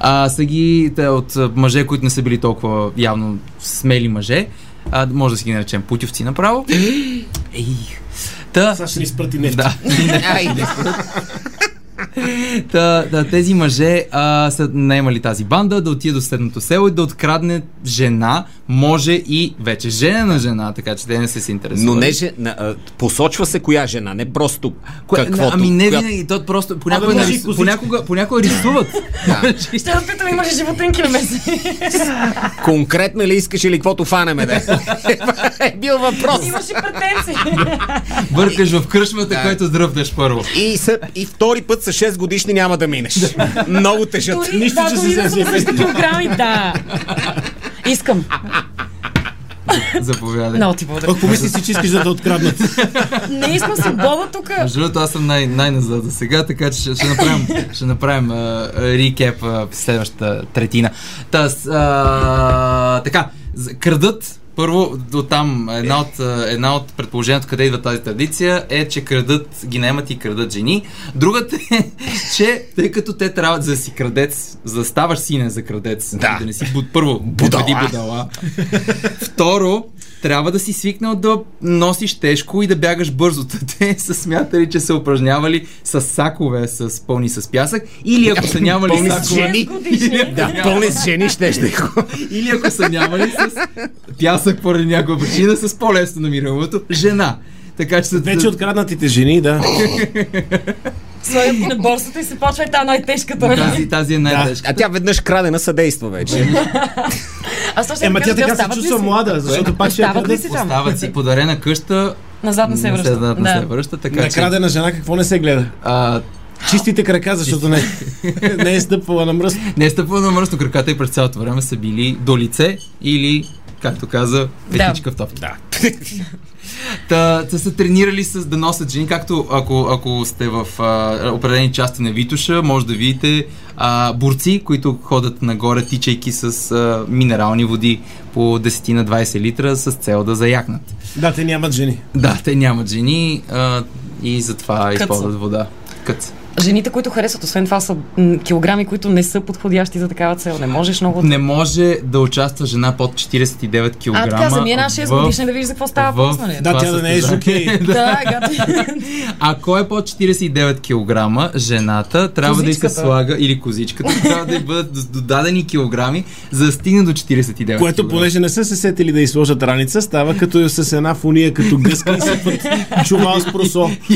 Speaker 3: А, са ги те, от а, мъже, които не са били толкова явно смели мъже. А, може да си ги наречем путевци направо. Ей. Та,
Speaker 4: Сега ще ни спрати нефти.
Speaker 3: да.
Speaker 2: Айде.
Speaker 3: Та, да, тези мъже а, са наемали тази банда да отиде до следното село и да открадне жена, може и вече жена на жена, така че те не се си интересуват.
Speaker 2: Но не, же- на- а, посочва се коя жена, не просто
Speaker 3: Кое,
Speaker 2: каквото.
Speaker 3: ами не
Speaker 2: коя-
Speaker 3: винаги, то просто понякога,
Speaker 4: може и
Speaker 3: нарис,
Speaker 4: косичка.
Speaker 3: понякога, понякога рисуват.
Speaker 5: Ще да питам, имаш ли животинки на месец?
Speaker 2: Конкретно ли искаш или каквото фанеме, да? е бил въпрос.
Speaker 5: Имаш и претенции.
Speaker 3: Бъркаш в кръшмата, който дръпнеш първо.
Speaker 2: И, са, и втори път с 6 годишни няма да минеш. Много тежат.
Speaker 5: Дори,
Speaker 4: Нищо,
Speaker 5: да,
Speaker 4: че
Speaker 5: дори
Speaker 4: си
Speaker 5: да
Speaker 4: се
Speaker 5: са същите килограми, да. Искам.
Speaker 3: Заповядай.
Speaker 5: Много ти благодаря.
Speaker 4: Пък помисли си, че искаш да те откраднат.
Speaker 5: Не искам си Боба тук.
Speaker 3: Между другото, аз съм най- най-назад за сега, така че ще, ще направим, ще направим а, а, рикеп а, следващата третина. Та, с, а, така, з- крадът, първо, до там, една от, а, една от предположението, къде идва тази традиция, е, че крадът ги наемат и крадат жени. Другата е, че тъй като те трябва за да си крадец, за да ставаш синен за крадец, да, да не си буд, първо, будала. будала. Второ, трябва да си свикнал да носиш тежко и да бягаш бързо. Те са смятали, че са упражнявали с сакове, с пълни с пясък, или ако са нямали
Speaker 2: Пълни с
Speaker 3: сакове,
Speaker 2: жени.
Speaker 5: Годишни.
Speaker 2: Да, пълни с жени ще ще го.
Speaker 3: или ако са нямали с пясък поради някаква причина, с по-лесно намиралото жена. Така че са...
Speaker 4: Вече откраднатите жени, да.
Speaker 5: Слагат ги на борсата и се почва и та най-тежката.
Speaker 3: Тази, тази е най-тежка.
Speaker 2: А тя веднъж крадена съдейства вече.
Speaker 5: Аз точно
Speaker 4: Ема
Speaker 5: ще
Speaker 4: Е, тя
Speaker 5: кажа,
Speaker 4: така
Speaker 5: те
Speaker 4: се
Speaker 5: остават ли
Speaker 4: чувства
Speaker 5: си? Е,
Speaker 4: млада, защото пак ще я
Speaker 5: Остават ли
Speaker 4: крадат.
Speaker 5: си там?
Speaker 3: Остават си подарена къща,
Speaker 5: Назад не се връща.
Speaker 3: знат, не се
Speaker 5: Да.
Speaker 3: връща, така че...
Speaker 4: Накрадена жена, какво не се гледа?
Speaker 3: А,
Speaker 4: Чистите крака, защото не, не е стъпвала на мръс.
Speaker 3: не е стъпвала на мръсно краката и през цялото време са били до лице или, както каза, петничка в топки. Да. Та, та са тренирали с да носят жени, както ако, ако сте в а, определени части на Витуша, може да видите а, борци, които ходят нагоре, тичайки с а, минерални води по 10 на 20 литра с цел да заякнат.
Speaker 4: Да, те нямат жени.
Speaker 3: Да, те нямат жени а, и затова използват вода. Кът.
Speaker 5: Жените, които харесват, освен това са м, килограми, които не са подходящи за такава цел. Не можеш много.
Speaker 3: Не може да участва жена под 49 кг.
Speaker 5: А, така, за ми една 6 годишна да видиш за какво става въпрос, нали?
Speaker 4: Да, тя да не е жокей.
Speaker 5: Да, гад.
Speaker 3: Ако е под 49 кг, жената трябва да
Speaker 5: Козичката.
Speaker 3: и се слага, или козичката, трябва да й бъдат додадени килограми, за да стигне до 49
Speaker 4: Което,
Speaker 3: кг.
Speaker 4: понеже не са се сетили да изложат раница, става като с една фуния, като гъска и съпът чувал с просо.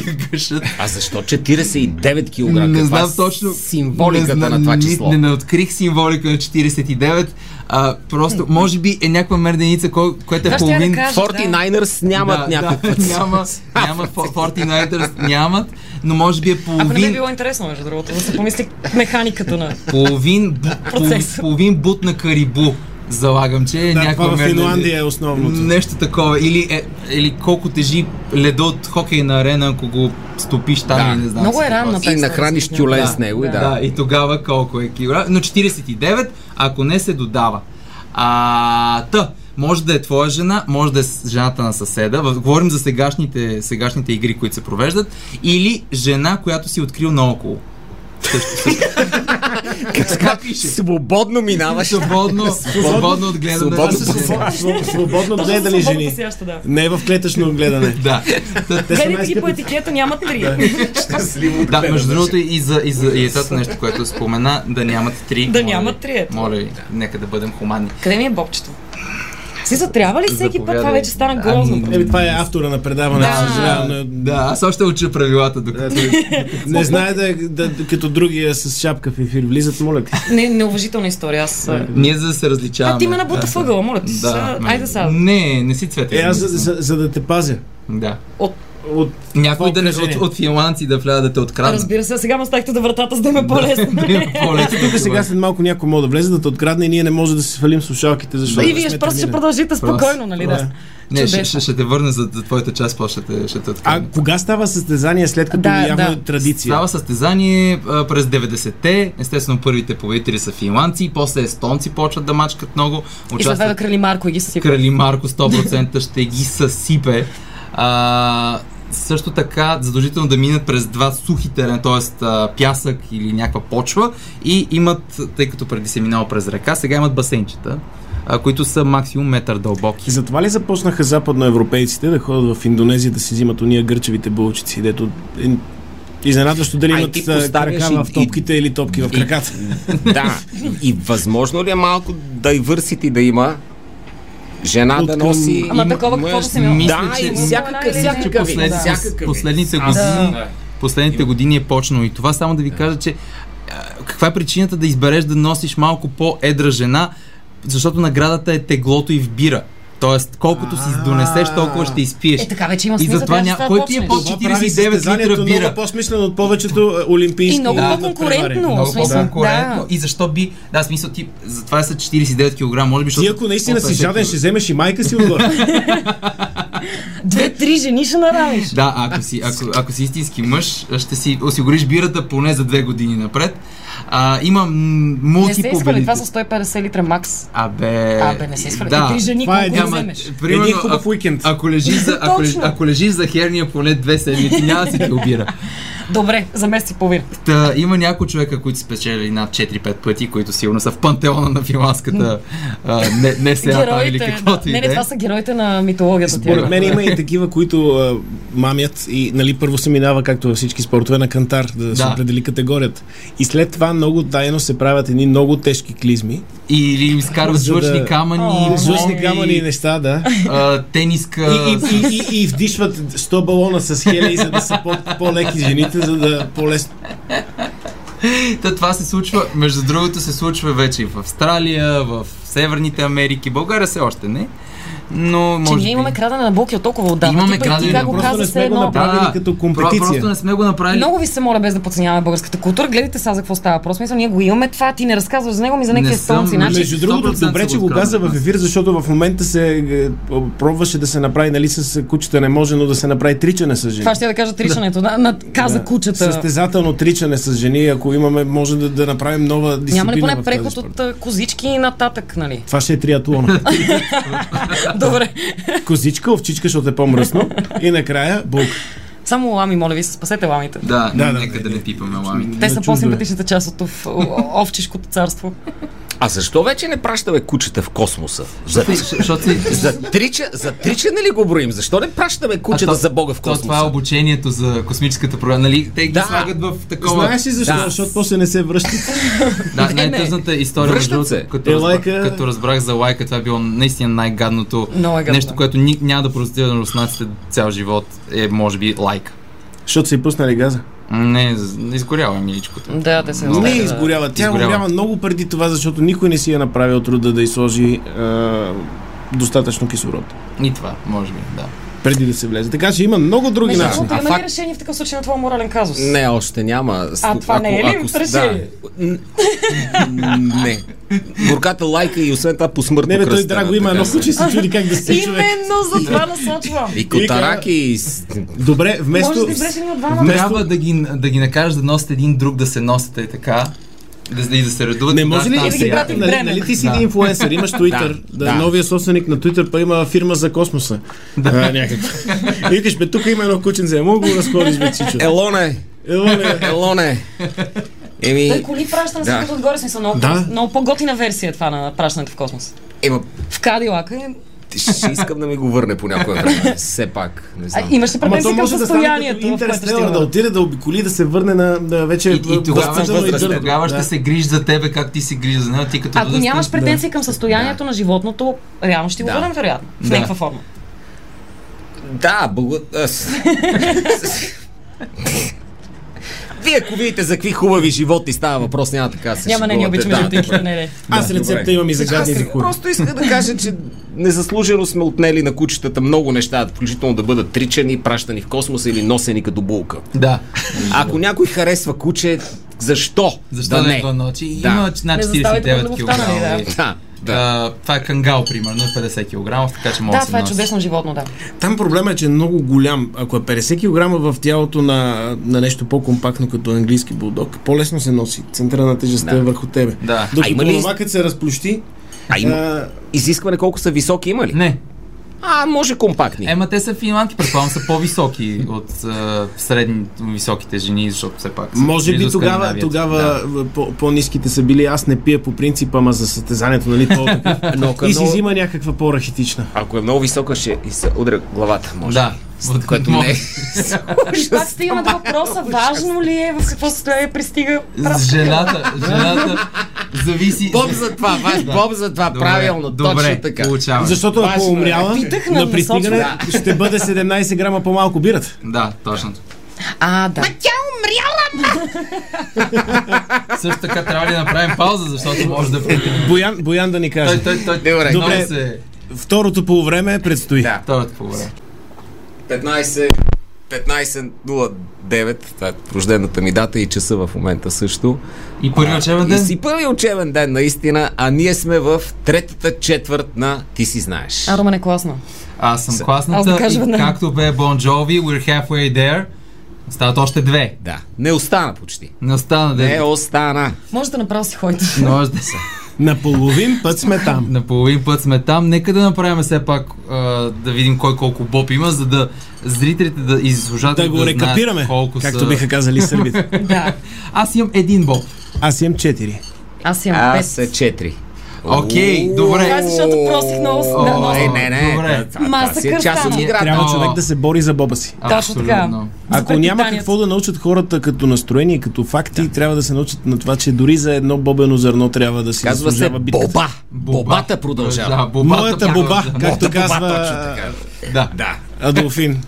Speaker 2: А защо 49 кг?
Speaker 3: Не
Speaker 2: Каква
Speaker 3: знам точно.
Speaker 2: Символиката
Speaker 3: не зна-
Speaker 2: на това
Speaker 3: ни-
Speaker 2: число.
Speaker 3: Не, не открих символика на 49. А, просто, може би е някаква мерденица, кой- която е
Speaker 5: Това ще я да
Speaker 3: половин
Speaker 5: кажа, да.
Speaker 2: 49ers нямат някаква.
Speaker 3: да, няма, няма, Фо- 49ers нямат, но може би е
Speaker 5: Ако не би
Speaker 3: половин,
Speaker 5: било интересно, между другото, да се помисли механиката на...
Speaker 3: половин, бу-
Speaker 5: Процес.
Speaker 3: пол- половин бут на карибу. Залагам, че е
Speaker 4: Да,
Speaker 3: някаква
Speaker 4: това в
Speaker 3: мерна-
Speaker 4: Финландия е основното.
Speaker 3: Нещо такова. Или, е, или колко тежи леда от хокейна арена, ако го стопиш там
Speaker 2: Да.
Speaker 3: или не знам.
Speaker 5: Много
Speaker 3: си
Speaker 5: е
Speaker 3: какво
Speaker 5: ранна
Speaker 3: си.
Speaker 2: И нахраниш тюлен
Speaker 3: Да.
Speaker 2: с него и да.
Speaker 3: Да, и тогава колко е килограм. Но 49, ако не се додава. А, та, може да е твоя жена, може да е с- жената на съседа. В- Говорим за сегашните, сегашните игри, които се провеждат. Или жена, която си е открил наоколо. Също- също. Така пише.
Speaker 2: Свободно минаваш.
Speaker 3: Свободно, свободно от гледане.
Speaker 2: свободно
Speaker 4: Са свобо- свобо- Свободно гледали
Speaker 5: Свободно
Speaker 4: жени.
Speaker 5: посяща, да.
Speaker 4: Не е в клетъчно гледане.
Speaker 3: Да. Та-
Speaker 4: Те са
Speaker 5: Гледайте ги по
Speaker 4: най-скъпите.
Speaker 5: етикета, няма три.
Speaker 3: Да, между другото и за, и за и етата нещо, което спомена, да нямат три.
Speaker 5: Да
Speaker 3: Моля ви.
Speaker 5: нямат три, ето.
Speaker 3: Моля ви, нека да бъдем хуманни.
Speaker 5: Къде ми е бобчето? Смисъл, трябва ли всеки път? Това
Speaker 3: Заповядай.
Speaker 5: вече стана
Speaker 3: Ами,
Speaker 5: грозно.
Speaker 4: Еми, това е автора на предаването,
Speaker 5: Да.
Speaker 4: съжалявам. но-
Speaker 3: Да, аз още уча правилата докато.
Speaker 4: Не знае да, да, като другия с шапка в ефир влизат, моля ти.
Speaker 5: Не, неуважителна история. Аз... а,
Speaker 3: Ние за да се различаваме.
Speaker 5: А ти ме набута въгъла, моля ти. Сега,
Speaker 3: ме-
Speaker 5: Айде сега.
Speaker 3: Не, не си цвете.
Speaker 4: Е, аз за, за, за да те пазя.
Speaker 3: Да.
Speaker 4: От...
Speaker 3: Някой да не от,
Speaker 4: Покажи.
Speaker 3: от финландци да вляда да те открадна.
Speaker 5: Разбира се, сега ме оставихте до вратата, за да ме по-лесно.
Speaker 3: По-лесно
Speaker 4: Тук
Speaker 3: да
Speaker 4: сега след малко някой може да влезе да те открадне и ние не може да се свалим слушалките, защото.
Speaker 5: И
Speaker 4: не
Speaker 5: вие
Speaker 4: сме
Speaker 5: просто ще
Speaker 4: тренирани.
Speaker 5: продължите спокойно, нали? Да.
Speaker 4: Да.
Speaker 3: Не, ще, ще,
Speaker 5: Чудесно.
Speaker 3: ще те върна за, за твоята част, после ще те, ще те
Speaker 4: А
Speaker 3: открадна.
Speaker 4: кога става състезание след като
Speaker 5: Да,
Speaker 4: да, явно
Speaker 5: да.
Speaker 4: е традиция?
Speaker 3: Става състезание а, през 90-те. Естествено, първите победители са финландци, после естонци почват да мачкат много.
Speaker 5: И след това да
Speaker 3: Участват
Speaker 5: крали Марко и ги си.
Speaker 3: Крали Марко 100% ще ги съсипе. А, също така, задължително да минат през два сухи терен, т.е. пясък или някаква почва и имат, тъй като преди се минало през река, сега имат басейнчета, а, които са максимум метър дълбоки.
Speaker 4: И затова ли започнаха западноевропейците да ходят в Индонезия да си взимат уния гърчевите булчици, дето е изненадващо дали
Speaker 2: Ай,
Speaker 4: имат
Speaker 2: ти
Speaker 4: а,
Speaker 2: поставяш
Speaker 4: крака
Speaker 2: и-
Speaker 4: в топките или топки в краката.
Speaker 2: Да. И възможно ли е малко diversity да има? Жена
Speaker 4: От
Speaker 2: да
Speaker 4: към-
Speaker 2: носи...
Speaker 5: Ама
Speaker 3: Има-
Speaker 5: такова какво
Speaker 3: можеш-
Speaker 5: да си имал?
Speaker 3: мисля,
Speaker 2: Да,
Speaker 3: че-
Speaker 2: и
Speaker 5: има една
Speaker 2: всякакъв,
Speaker 5: или
Speaker 2: всякакъв,
Speaker 5: друга.
Speaker 3: Послед-
Speaker 2: всякакъв.
Speaker 3: Последните
Speaker 2: Аз-
Speaker 3: години
Speaker 5: Да.
Speaker 3: последните години е почнало и това. Само да ви кажа, че а, каква е причината да избереш да носиш малко по-едра жена, защото наградата е теглото и в бира. Тоест, колкото си донесеш, толкова ще изпиеш.
Speaker 5: Е, така вече има
Speaker 3: И
Speaker 5: смисъл.
Speaker 3: затова
Speaker 5: трябваше
Speaker 3: ня-
Speaker 5: да
Speaker 3: кой
Speaker 5: почнеш.
Speaker 3: пие по-
Speaker 4: Това прави
Speaker 3: 49 литра
Speaker 4: състезанието е
Speaker 3: бира.
Speaker 4: много по-смислено от повечето а, олимпийски
Speaker 5: И много
Speaker 4: а,
Speaker 5: по-конкурентно.
Speaker 4: превари.
Speaker 3: Много
Speaker 5: смисъл,
Speaker 3: по-конкурентно.
Speaker 5: да.
Speaker 3: И защо би... Да, в смисъл ти... Затова са 49 кг, може би...
Speaker 4: Ти
Speaker 3: защото-
Speaker 4: ако наистина си
Speaker 3: От-
Speaker 4: жаден, ще вземеш и майка си отгоре.
Speaker 5: Две-три жени ще наравиш.
Speaker 3: Да, ако си, ако, ако си истински мъж, ще си осигуриш бирата поне за две години напред. А, има
Speaker 5: Не
Speaker 3: мулти
Speaker 5: се искали, това са 150 литра макс.
Speaker 3: Абе...
Speaker 5: Абе, не се искали.
Speaker 3: Е, Да.
Speaker 5: И три жени,
Speaker 4: Това е
Speaker 5: колко
Speaker 4: няма-
Speaker 5: вземеш?
Speaker 3: примерно,
Speaker 4: Един хубав
Speaker 3: ако-
Speaker 4: уикенд.
Speaker 3: Ако лежиш за, ако, лежи,
Speaker 5: Точно.
Speaker 3: ако лежиш за херния поне две седмици, няма да се ти обира.
Speaker 5: Добре, за месец и половина.
Speaker 3: Та, има някои човека, които са спечели над 4-5 пъти, които сигурно са в пантеона на филанската а, не, не сега там или
Speaker 5: Героите.
Speaker 3: каквото и
Speaker 5: не,
Speaker 3: да
Speaker 5: не,
Speaker 3: е.
Speaker 5: това са героите на митологията.
Speaker 4: Според
Speaker 5: тя. е.
Speaker 4: мен има и такива, които а, мамят и нали, първо се минава, както във всички спортове, на кантар, да, да. се
Speaker 3: Да.
Speaker 4: определи категорията. И след това много тайно се правят едни много тежки клизми.
Speaker 3: Или им изкарват
Speaker 4: За да-
Speaker 3: жлъчни камъни,
Speaker 5: О,
Speaker 4: Жлъчни
Speaker 3: бомби,
Speaker 4: камъни и неща, да.
Speaker 3: а, тениска.
Speaker 4: И, и, и, и, и вдишват 100 балона с хелий, за да са по, по-леки жените, за да по-лесно.
Speaker 3: Та, това се случва, между другото, се случва вече и в Австралия, в Северните Америки. България все още не. Но
Speaker 5: Че
Speaker 3: може
Speaker 5: ние имаме
Speaker 3: би...
Speaker 5: крадене на булки от толкова отдавна.
Speaker 3: Имаме
Speaker 5: Ти пък
Speaker 3: крадене
Speaker 5: Ти как
Speaker 3: на
Speaker 5: го
Speaker 4: Просто
Speaker 5: каза
Speaker 4: не
Speaker 5: все
Speaker 4: сме го
Speaker 5: едно.
Speaker 4: направили
Speaker 3: Да,
Speaker 4: като
Speaker 3: Про- просто
Speaker 4: компетиция.
Speaker 3: не сме го направили.
Speaker 5: Много ви се моля без да подценяваме българската култура. Гледайте сега за какво става. Просто мисля, ние го имаме това, ти не разказваш за него ми за някакви
Speaker 3: Не съм,
Speaker 5: естонци.
Speaker 3: не
Speaker 5: Значи,
Speaker 4: Между другото,
Speaker 3: 100%
Speaker 4: добре,
Speaker 3: са
Speaker 4: че
Speaker 3: го
Speaker 4: го каза
Speaker 3: откраднали.
Speaker 4: в ефир, защото в момента се е, пробваше да се направи, нали, с кучета не може, но да се направи тричане с жени.
Speaker 5: това ще я да кажа тричането. Да, на, каза кучета.
Speaker 4: Състезателно тричане с жени, ако имаме, може да, да направим нова дисциплина
Speaker 5: Няма ли поне
Speaker 4: в този
Speaker 5: преход
Speaker 4: спорт.
Speaker 5: от а, козички и нататък, нали?
Speaker 4: Това ще е триатлона.
Speaker 5: Добре.
Speaker 4: Козичка, овчичка, защото е по-мръсно. И накрая булка.
Speaker 5: Само лами, моля ви, се спасете ламите.
Speaker 3: Да,
Speaker 4: Да,
Speaker 3: да,
Speaker 4: да,
Speaker 3: нека
Speaker 4: не,
Speaker 3: да
Speaker 4: не.
Speaker 3: не пипаме ламите.
Speaker 5: Те са
Speaker 4: чуждо е.
Speaker 5: по-симпатичната част от ов- о- овчешкото царство.
Speaker 6: А защо вече не пращаме кучета в космоса? За,
Speaker 3: Защото си-
Speaker 6: за, трича, за тричане ли го броим? Защо не пращаме кучета
Speaker 3: то-
Speaker 6: за Бога в
Speaker 3: то Това е
Speaker 6: космоса?
Speaker 3: обучението за космическата програма. Нали? Те ги
Speaker 6: Да.
Speaker 3: слагат в такова...
Speaker 4: Знаеш ли защо? Защото после не се връщат.
Speaker 3: Да,
Speaker 5: Е,
Speaker 3: най-тъжната история,
Speaker 6: Връщат
Speaker 3: между
Speaker 6: се.
Speaker 3: другото, като,
Speaker 4: Е,
Speaker 3: разбра-
Speaker 4: лайка-
Speaker 3: като разбрах за лайка, това е било наистина най-гадното
Speaker 5: Много е гадно.
Speaker 3: нещо, което ни, няма да простира на руснаците цял живот, е може би лайка.
Speaker 4: Защото са и пуснали газа.
Speaker 3: Не, з- не изгорява миличкото.
Speaker 5: Да, те се
Speaker 4: Ами Не
Speaker 5: Да.
Speaker 4: изгорява. Тя
Speaker 3: Изгорява.
Speaker 4: изгорява много преди това, защото никой не си е направил труда да изложи а, достатъчно кислород.
Speaker 3: И това, може би, да.
Speaker 4: Преди да се влезе. Така че има много други
Speaker 5: Между
Speaker 4: начини.
Speaker 5: другото, има ли
Speaker 6: факт-
Speaker 5: решение в такъв случай на твоя морален казус?
Speaker 6: Не, още няма. С-
Speaker 5: А това не е ли решение?
Speaker 6: Н- не. Горката лайка и освен това по смъртно
Speaker 4: Не бе, той
Speaker 6: кръстена,
Speaker 4: драго има
Speaker 6: така
Speaker 4: едно
Speaker 6: че.
Speaker 4: случай, се чуди как да се човек.
Speaker 5: Именно за това насочвам.
Speaker 6: И котараки и... с-
Speaker 4: Добре,
Speaker 5: Може да
Speaker 4: вместо...
Speaker 5: избереш един от двамата.
Speaker 4: Вместо-
Speaker 3: Трябва да ги, да ги накажеш да носят един друг, да се носят и така, да, да, и да се редуват.
Speaker 4: Не
Speaker 3: Да,
Speaker 4: може ли
Speaker 3: там
Speaker 4: да
Speaker 5: сега-
Speaker 4: сега,
Speaker 5: пратим
Speaker 4: нали,
Speaker 5: време?
Speaker 4: нали ти си
Speaker 3: Да.
Speaker 4: един инфлуенсър, имаш Twitter, да,
Speaker 6: да.
Speaker 4: новия собственик на Twitter, па има фирма за космоса. Да. А, някаква. И викаш, бе, тук има едно кученце, мога го разходиш, бе, чичо.
Speaker 6: Елоне!
Speaker 4: Ело, не.
Speaker 6: Елоне!
Speaker 5: Той
Speaker 6: Еми,
Speaker 5: коли праща на
Speaker 6: Да.
Speaker 5: света отгоре, смисъл. Много,
Speaker 4: Да.
Speaker 5: много по-готина версия е това на пращането в космос.
Speaker 6: ема,
Speaker 5: В Кадилака е...
Speaker 6: ще искам да ми го върне по някое време. Все пак, не
Speaker 5: А,
Speaker 6: знам.
Speaker 5: имаш ли
Speaker 4: Ама то
Speaker 5: претенции към
Speaker 4: може да стане
Speaker 5: състоянието,
Speaker 4: като
Speaker 5: в което ще
Speaker 4: Интерстелър, да
Speaker 5: има?
Speaker 4: отиде да обиколи, да се върне на, на вече
Speaker 3: И, и тогава,
Speaker 4: възрастен и
Speaker 3: ще,
Speaker 4: дърдо.
Speaker 3: тогава ще
Speaker 4: Да.
Speaker 3: се грижи за тебе, как ти се грижи за него, ти като
Speaker 5: Ако
Speaker 3: възрастен-
Speaker 5: нямаш претенции към състоянието на животното, реално ще го
Speaker 6: Да.
Speaker 5: върнем, вероятно.
Speaker 3: Да.
Speaker 5: В някаква форма.
Speaker 6: Да, благодаря. Вие ако видите за какви хубави животни става въпрос, няма така да се
Speaker 5: Няма, не, ние
Speaker 6: шегувате.
Speaker 5: обичаме
Speaker 6: Да,
Speaker 5: животинките,
Speaker 6: добре.
Speaker 5: не, не.
Speaker 4: Аз рецепта имам и за
Speaker 6: Аз
Speaker 4: гадни за хуй.
Speaker 6: просто искам да кажа, че незаслужено сме отнели на кучетата много неща, включително да бъдат тричани, пращани в космоса или носени като булка.
Speaker 3: Да.
Speaker 6: Ако някой харесва куче, защо?
Speaker 3: Защо да, не? е Два ночи?
Speaker 6: Да.
Speaker 3: Има над
Speaker 5: Не заставайте
Speaker 3: 49
Speaker 5: под любовта, нали, да.
Speaker 6: Да,
Speaker 3: кг.
Speaker 6: да.
Speaker 3: Да. Това е кангал, примерно, 50 кг, така че може
Speaker 5: Да,
Speaker 3: да се
Speaker 5: това е
Speaker 3: носи.
Speaker 5: чудесно животно, да.
Speaker 4: Там проблема е, че е много голям. Ако е 50 кг в тялото на, на нещо по-компактно, като английски булдог, по-лесно се носи. Центъра на тежестта е върху тебе.
Speaker 3: Да.
Speaker 4: Докато
Speaker 6: А има ли-
Speaker 4: това, като се разплющи,
Speaker 6: А има
Speaker 4: а,
Speaker 6: изискване колко са високи има ли?
Speaker 3: Не.
Speaker 6: А, може компактни.
Speaker 3: Ема те са финландки, предполагам, са по-високи от а, средни високите жени, защото все пак. са
Speaker 4: Може би
Speaker 3: близо
Speaker 4: тогава,
Speaker 3: Скандинавията.
Speaker 4: тогава
Speaker 3: Да.
Speaker 4: в- по- по-низките са били. Аз не пия по принцип, ама за състезанието, нали? То,
Speaker 6: Но
Speaker 4: и си
Speaker 6: като-
Speaker 4: взима някаква по-рахитична.
Speaker 6: Ако е много висока, ще и се удря главата, може.
Speaker 3: Да. От
Speaker 6: Което не е.
Speaker 5: И пак стигаме до въпроса, важно ли е, в какво състояние пристига
Speaker 3: С жената, жената зависи.
Speaker 6: Боб за това, ваш Боб за това,
Speaker 3: Добре,
Speaker 6: правилно,
Speaker 3: добре,
Speaker 6: точно така.
Speaker 3: Получаваме.
Speaker 4: Защото ако
Speaker 6: Важно е.
Speaker 4: умряла
Speaker 5: Питах на
Speaker 4: на пристигане,
Speaker 5: насочване.
Speaker 4: ще бъде 17 грама по-малко бират.
Speaker 3: Да, точно.
Speaker 5: А, да.
Speaker 3: Също така трябва ли да направим пауза, защото може да прете.
Speaker 4: Боян, Боян да ни
Speaker 3: Той,
Speaker 4: каже.
Speaker 3: той, той,
Speaker 6: Добре.
Speaker 3: много
Speaker 4: Добре.
Speaker 3: се.
Speaker 4: Второто полувреме предстои.
Speaker 6: Да.
Speaker 3: Второто по време.
Speaker 6: 15 15.09, това е рождената ми дата и часа в момента също.
Speaker 3: И първи
Speaker 6: И
Speaker 3: учебен ден.
Speaker 6: си първи учебен ден, наистина, а ние сме в третата четвърт на Ти си знаеш.
Speaker 5: А, Румен е класна.
Speaker 3: Аз съм
Speaker 5: Аз да
Speaker 3: класната
Speaker 5: кажа
Speaker 3: и
Speaker 5: веднага.
Speaker 3: както бе Бон Джови, We're Halfway There, стават още две.
Speaker 6: Да, не остана почти.
Speaker 3: Не остана
Speaker 6: Не
Speaker 3: ден.
Speaker 6: остана.
Speaker 5: Може да направо си ходите.
Speaker 3: Може да се.
Speaker 4: На половин път сме там.
Speaker 3: На половин път сме там. Нека да направим все пак а, да видим кой колко боб има, за да зрителите да и
Speaker 4: Да
Speaker 3: слушателите
Speaker 4: го рекапираме,
Speaker 3: знаят колко
Speaker 4: както
Speaker 3: са...
Speaker 4: биха казали сърбите.
Speaker 5: Да.
Speaker 3: Аз имам един боб.
Speaker 4: Аз имам четири.
Speaker 5: Аз имам
Speaker 6: Аз
Speaker 5: пет.
Speaker 6: са четири.
Speaker 3: Окей, добре.
Speaker 5: Това е защото просих много с-
Speaker 6: О,
Speaker 5: на- на-
Speaker 6: е, не, не.
Speaker 3: Добре.
Speaker 6: това- това
Speaker 5: Масакър
Speaker 6: си е част от
Speaker 5: стана.
Speaker 6: играта.
Speaker 4: Трябва
Speaker 3: О.
Speaker 4: човек да се бори за боба си.
Speaker 5: Точно така.
Speaker 3: Абсолютно.
Speaker 5: За
Speaker 4: Ако няма
Speaker 5: препитанието.
Speaker 4: какво да научат хората като настроение, като факти, трябва да се научат на това, че дори за едно бобено зерно трябва да си
Speaker 6: Казва се
Speaker 4: заслужава битката.
Speaker 6: боба. Бобата продължава.
Speaker 3: Да, бобата
Speaker 4: Моята боба,
Speaker 3: продължава.
Speaker 4: както
Speaker 6: Моята боба,
Speaker 4: казва
Speaker 6: точно
Speaker 3: Да.
Speaker 6: Да.
Speaker 4: Адолфин.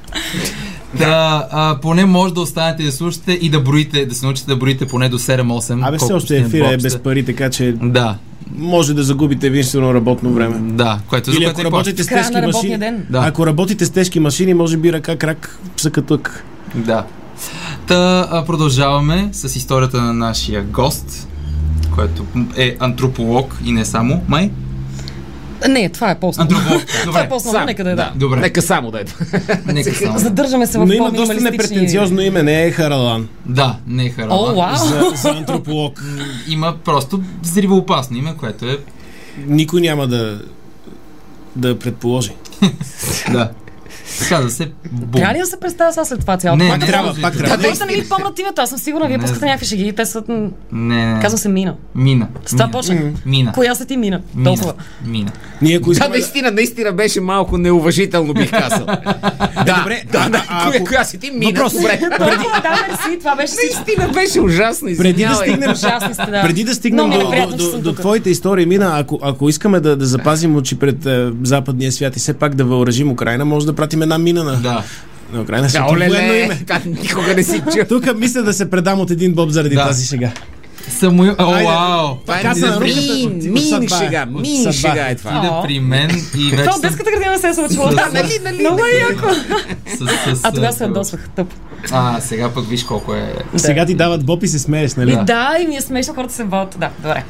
Speaker 3: Да, а, поне може да останете да слушате и да броите, да се научите да броите поне до 7-8.
Speaker 4: Абе, все
Speaker 3: колко
Speaker 4: още
Speaker 3: ще
Speaker 4: ефира е
Speaker 3: бобсте.
Speaker 4: без пари, така че
Speaker 3: Да,
Speaker 4: може да загубите единствено работно време.
Speaker 3: да, което е за
Speaker 4: Или
Speaker 3: което
Speaker 4: ако
Speaker 3: ни плащат.
Speaker 4: работите с
Speaker 5: Края
Speaker 4: тежки
Speaker 5: на работния
Speaker 4: машини,
Speaker 5: ден.
Speaker 3: Да.
Speaker 4: ако работите с тежки машини, може би ръка крак псъка тук.
Speaker 3: Да. Та а, продължаваме с историята на нашия гост, който е антрополог и не само, май.
Speaker 5: Не, това е по-слабо.
Speaker 3: Антрополог.
Speaker 5: Това е
Speaker 3: Добре.
Speaker 5: по-слабо, нека да е да.
Speaker 3: Добре.
Speaker 6: Нека само да е.
Speaker 3: Нека само.
Speaker 5: Задържаме се в
Speaker 4: Но има доста
Speaker 5: по-минималистични...
Speaker 4: непретенциозно име, не е Харалан
Speaker 3: Да, не е
Speaker 5: О,
Speaker 3: харава.
Speaker 5: вау!
Speaker 4: за, за антрополог.
Speaker 3: Има просто взривоопасно име, което е...
Speaker 4: Никой няма да да предположи.
Speaker 3: Да. Казва се Бум.
Speaker 5: Трябва ли да се представя сега след това цялото?
Speaker 3: Не,
Speaker 5: Пак
Speaker 3: не,
Speaker 4: трябва,
Speaker 3: може.
Speaker 4: пак трябва.
Speaker 5: А хората не ги помнят името, аз съм сигурна, вие
Speaker 3: Не
Speaker 5: пускате
Speaker 3: знам.
Speaker 5: някакви шеги и те са... м,
Speaker 3: Не, не.
Speaker 5: Казва се Мина.
Speaker 3: Мина.
Speaker 5: С това
Speaker 3: Мина.
Speaker 5: почнах.
Speaker 3: Мина.
Speaker 5: Коя са ти Мина?
Speaker 3: Мина.
Speaker 5: Толкова.
Speaker 3: Мина.
Speaker 4: Ние ако
Speaker 6: Да,
Speaker 4: искаме да,
Speaker 6: наистина, наистина беше малко неуважително, бих казал. да,
Speaker 4: добре,
Speaker 6: да,
Speaker 4: а-
Speaker 6: да,
Speaker 4: а
Speaker 6: коя,
Speaker 4: ако-
Speaker 6: коя си ти мина?
Speaker 4: Въпрос.
Speaker 6: Добре.
Speaker 5: Толкова, да, мерси, това беше всичко.
Speaker 6: Наистина беше ужасно.
Speaker 4: преди да
Speaker 6: извинявай.
Speaker 4: стигнем
Speaker 5: Ужасни сте, да.
Speaker 4: Преди да стигнем
Speaker 5: Много ми
Speaker 4: до,
Speaker 5: е
Speaker 4: до,
Speaker 5: неприятно, че
Speaker 4: до,
Speaker 5: съм
Speaker 4: до
Speaker 5: тук.
Speaker 4: твоите истории, Мина, ако, ако искаме да, да запазим очи пред е, западния свят и все пак да въоръжим Украина, може да пратим една мина на,
Speaker 3: Да.
Speaker 4: на Украина.
Speaker 6: Да,
Speaker 4: Да, военно
Speaker 6: оле,
Speaker 4: име.
Speaker 6: да, никога не си чу.
Speaker 4: Тук мисля да се предам от един боб заради
Speaker 3: Да.
Speaker 4: тази шега.
Speaker 3: Самуил... О, вау!
Speaker 6: Това е
Speaker 4: Така са на руката.
Speaker 6: мин,
Speaker 4: От съдба е.
Speaker 6: мин шега,
Speaker 4: От
Speaker 6: мин
Speaker 4: съдба.
Speaker 6: шега е това.
Speaker 3: Иде при мен и вече
Speaker 5: Това
Speaker 3: Значи съм
Speaker 5: от детската градина не се е случило.
Speaker 3: Да,
Speaker 5: Да,
Speaker 3: нали,
Speaker 5: нали? Много е яко.
Speaker 3: с, с,
Speaker 5: А тогава се
Speaker 3: с-
Speaker 5: ядосвах тъп.
Speaker 3: А, сега пък виж колко е...
Speaker 4: Сега ти дават боб и се смееш, нали?
Speaker 5: И да, и ми е смешно, хората се вълт. Да, добре.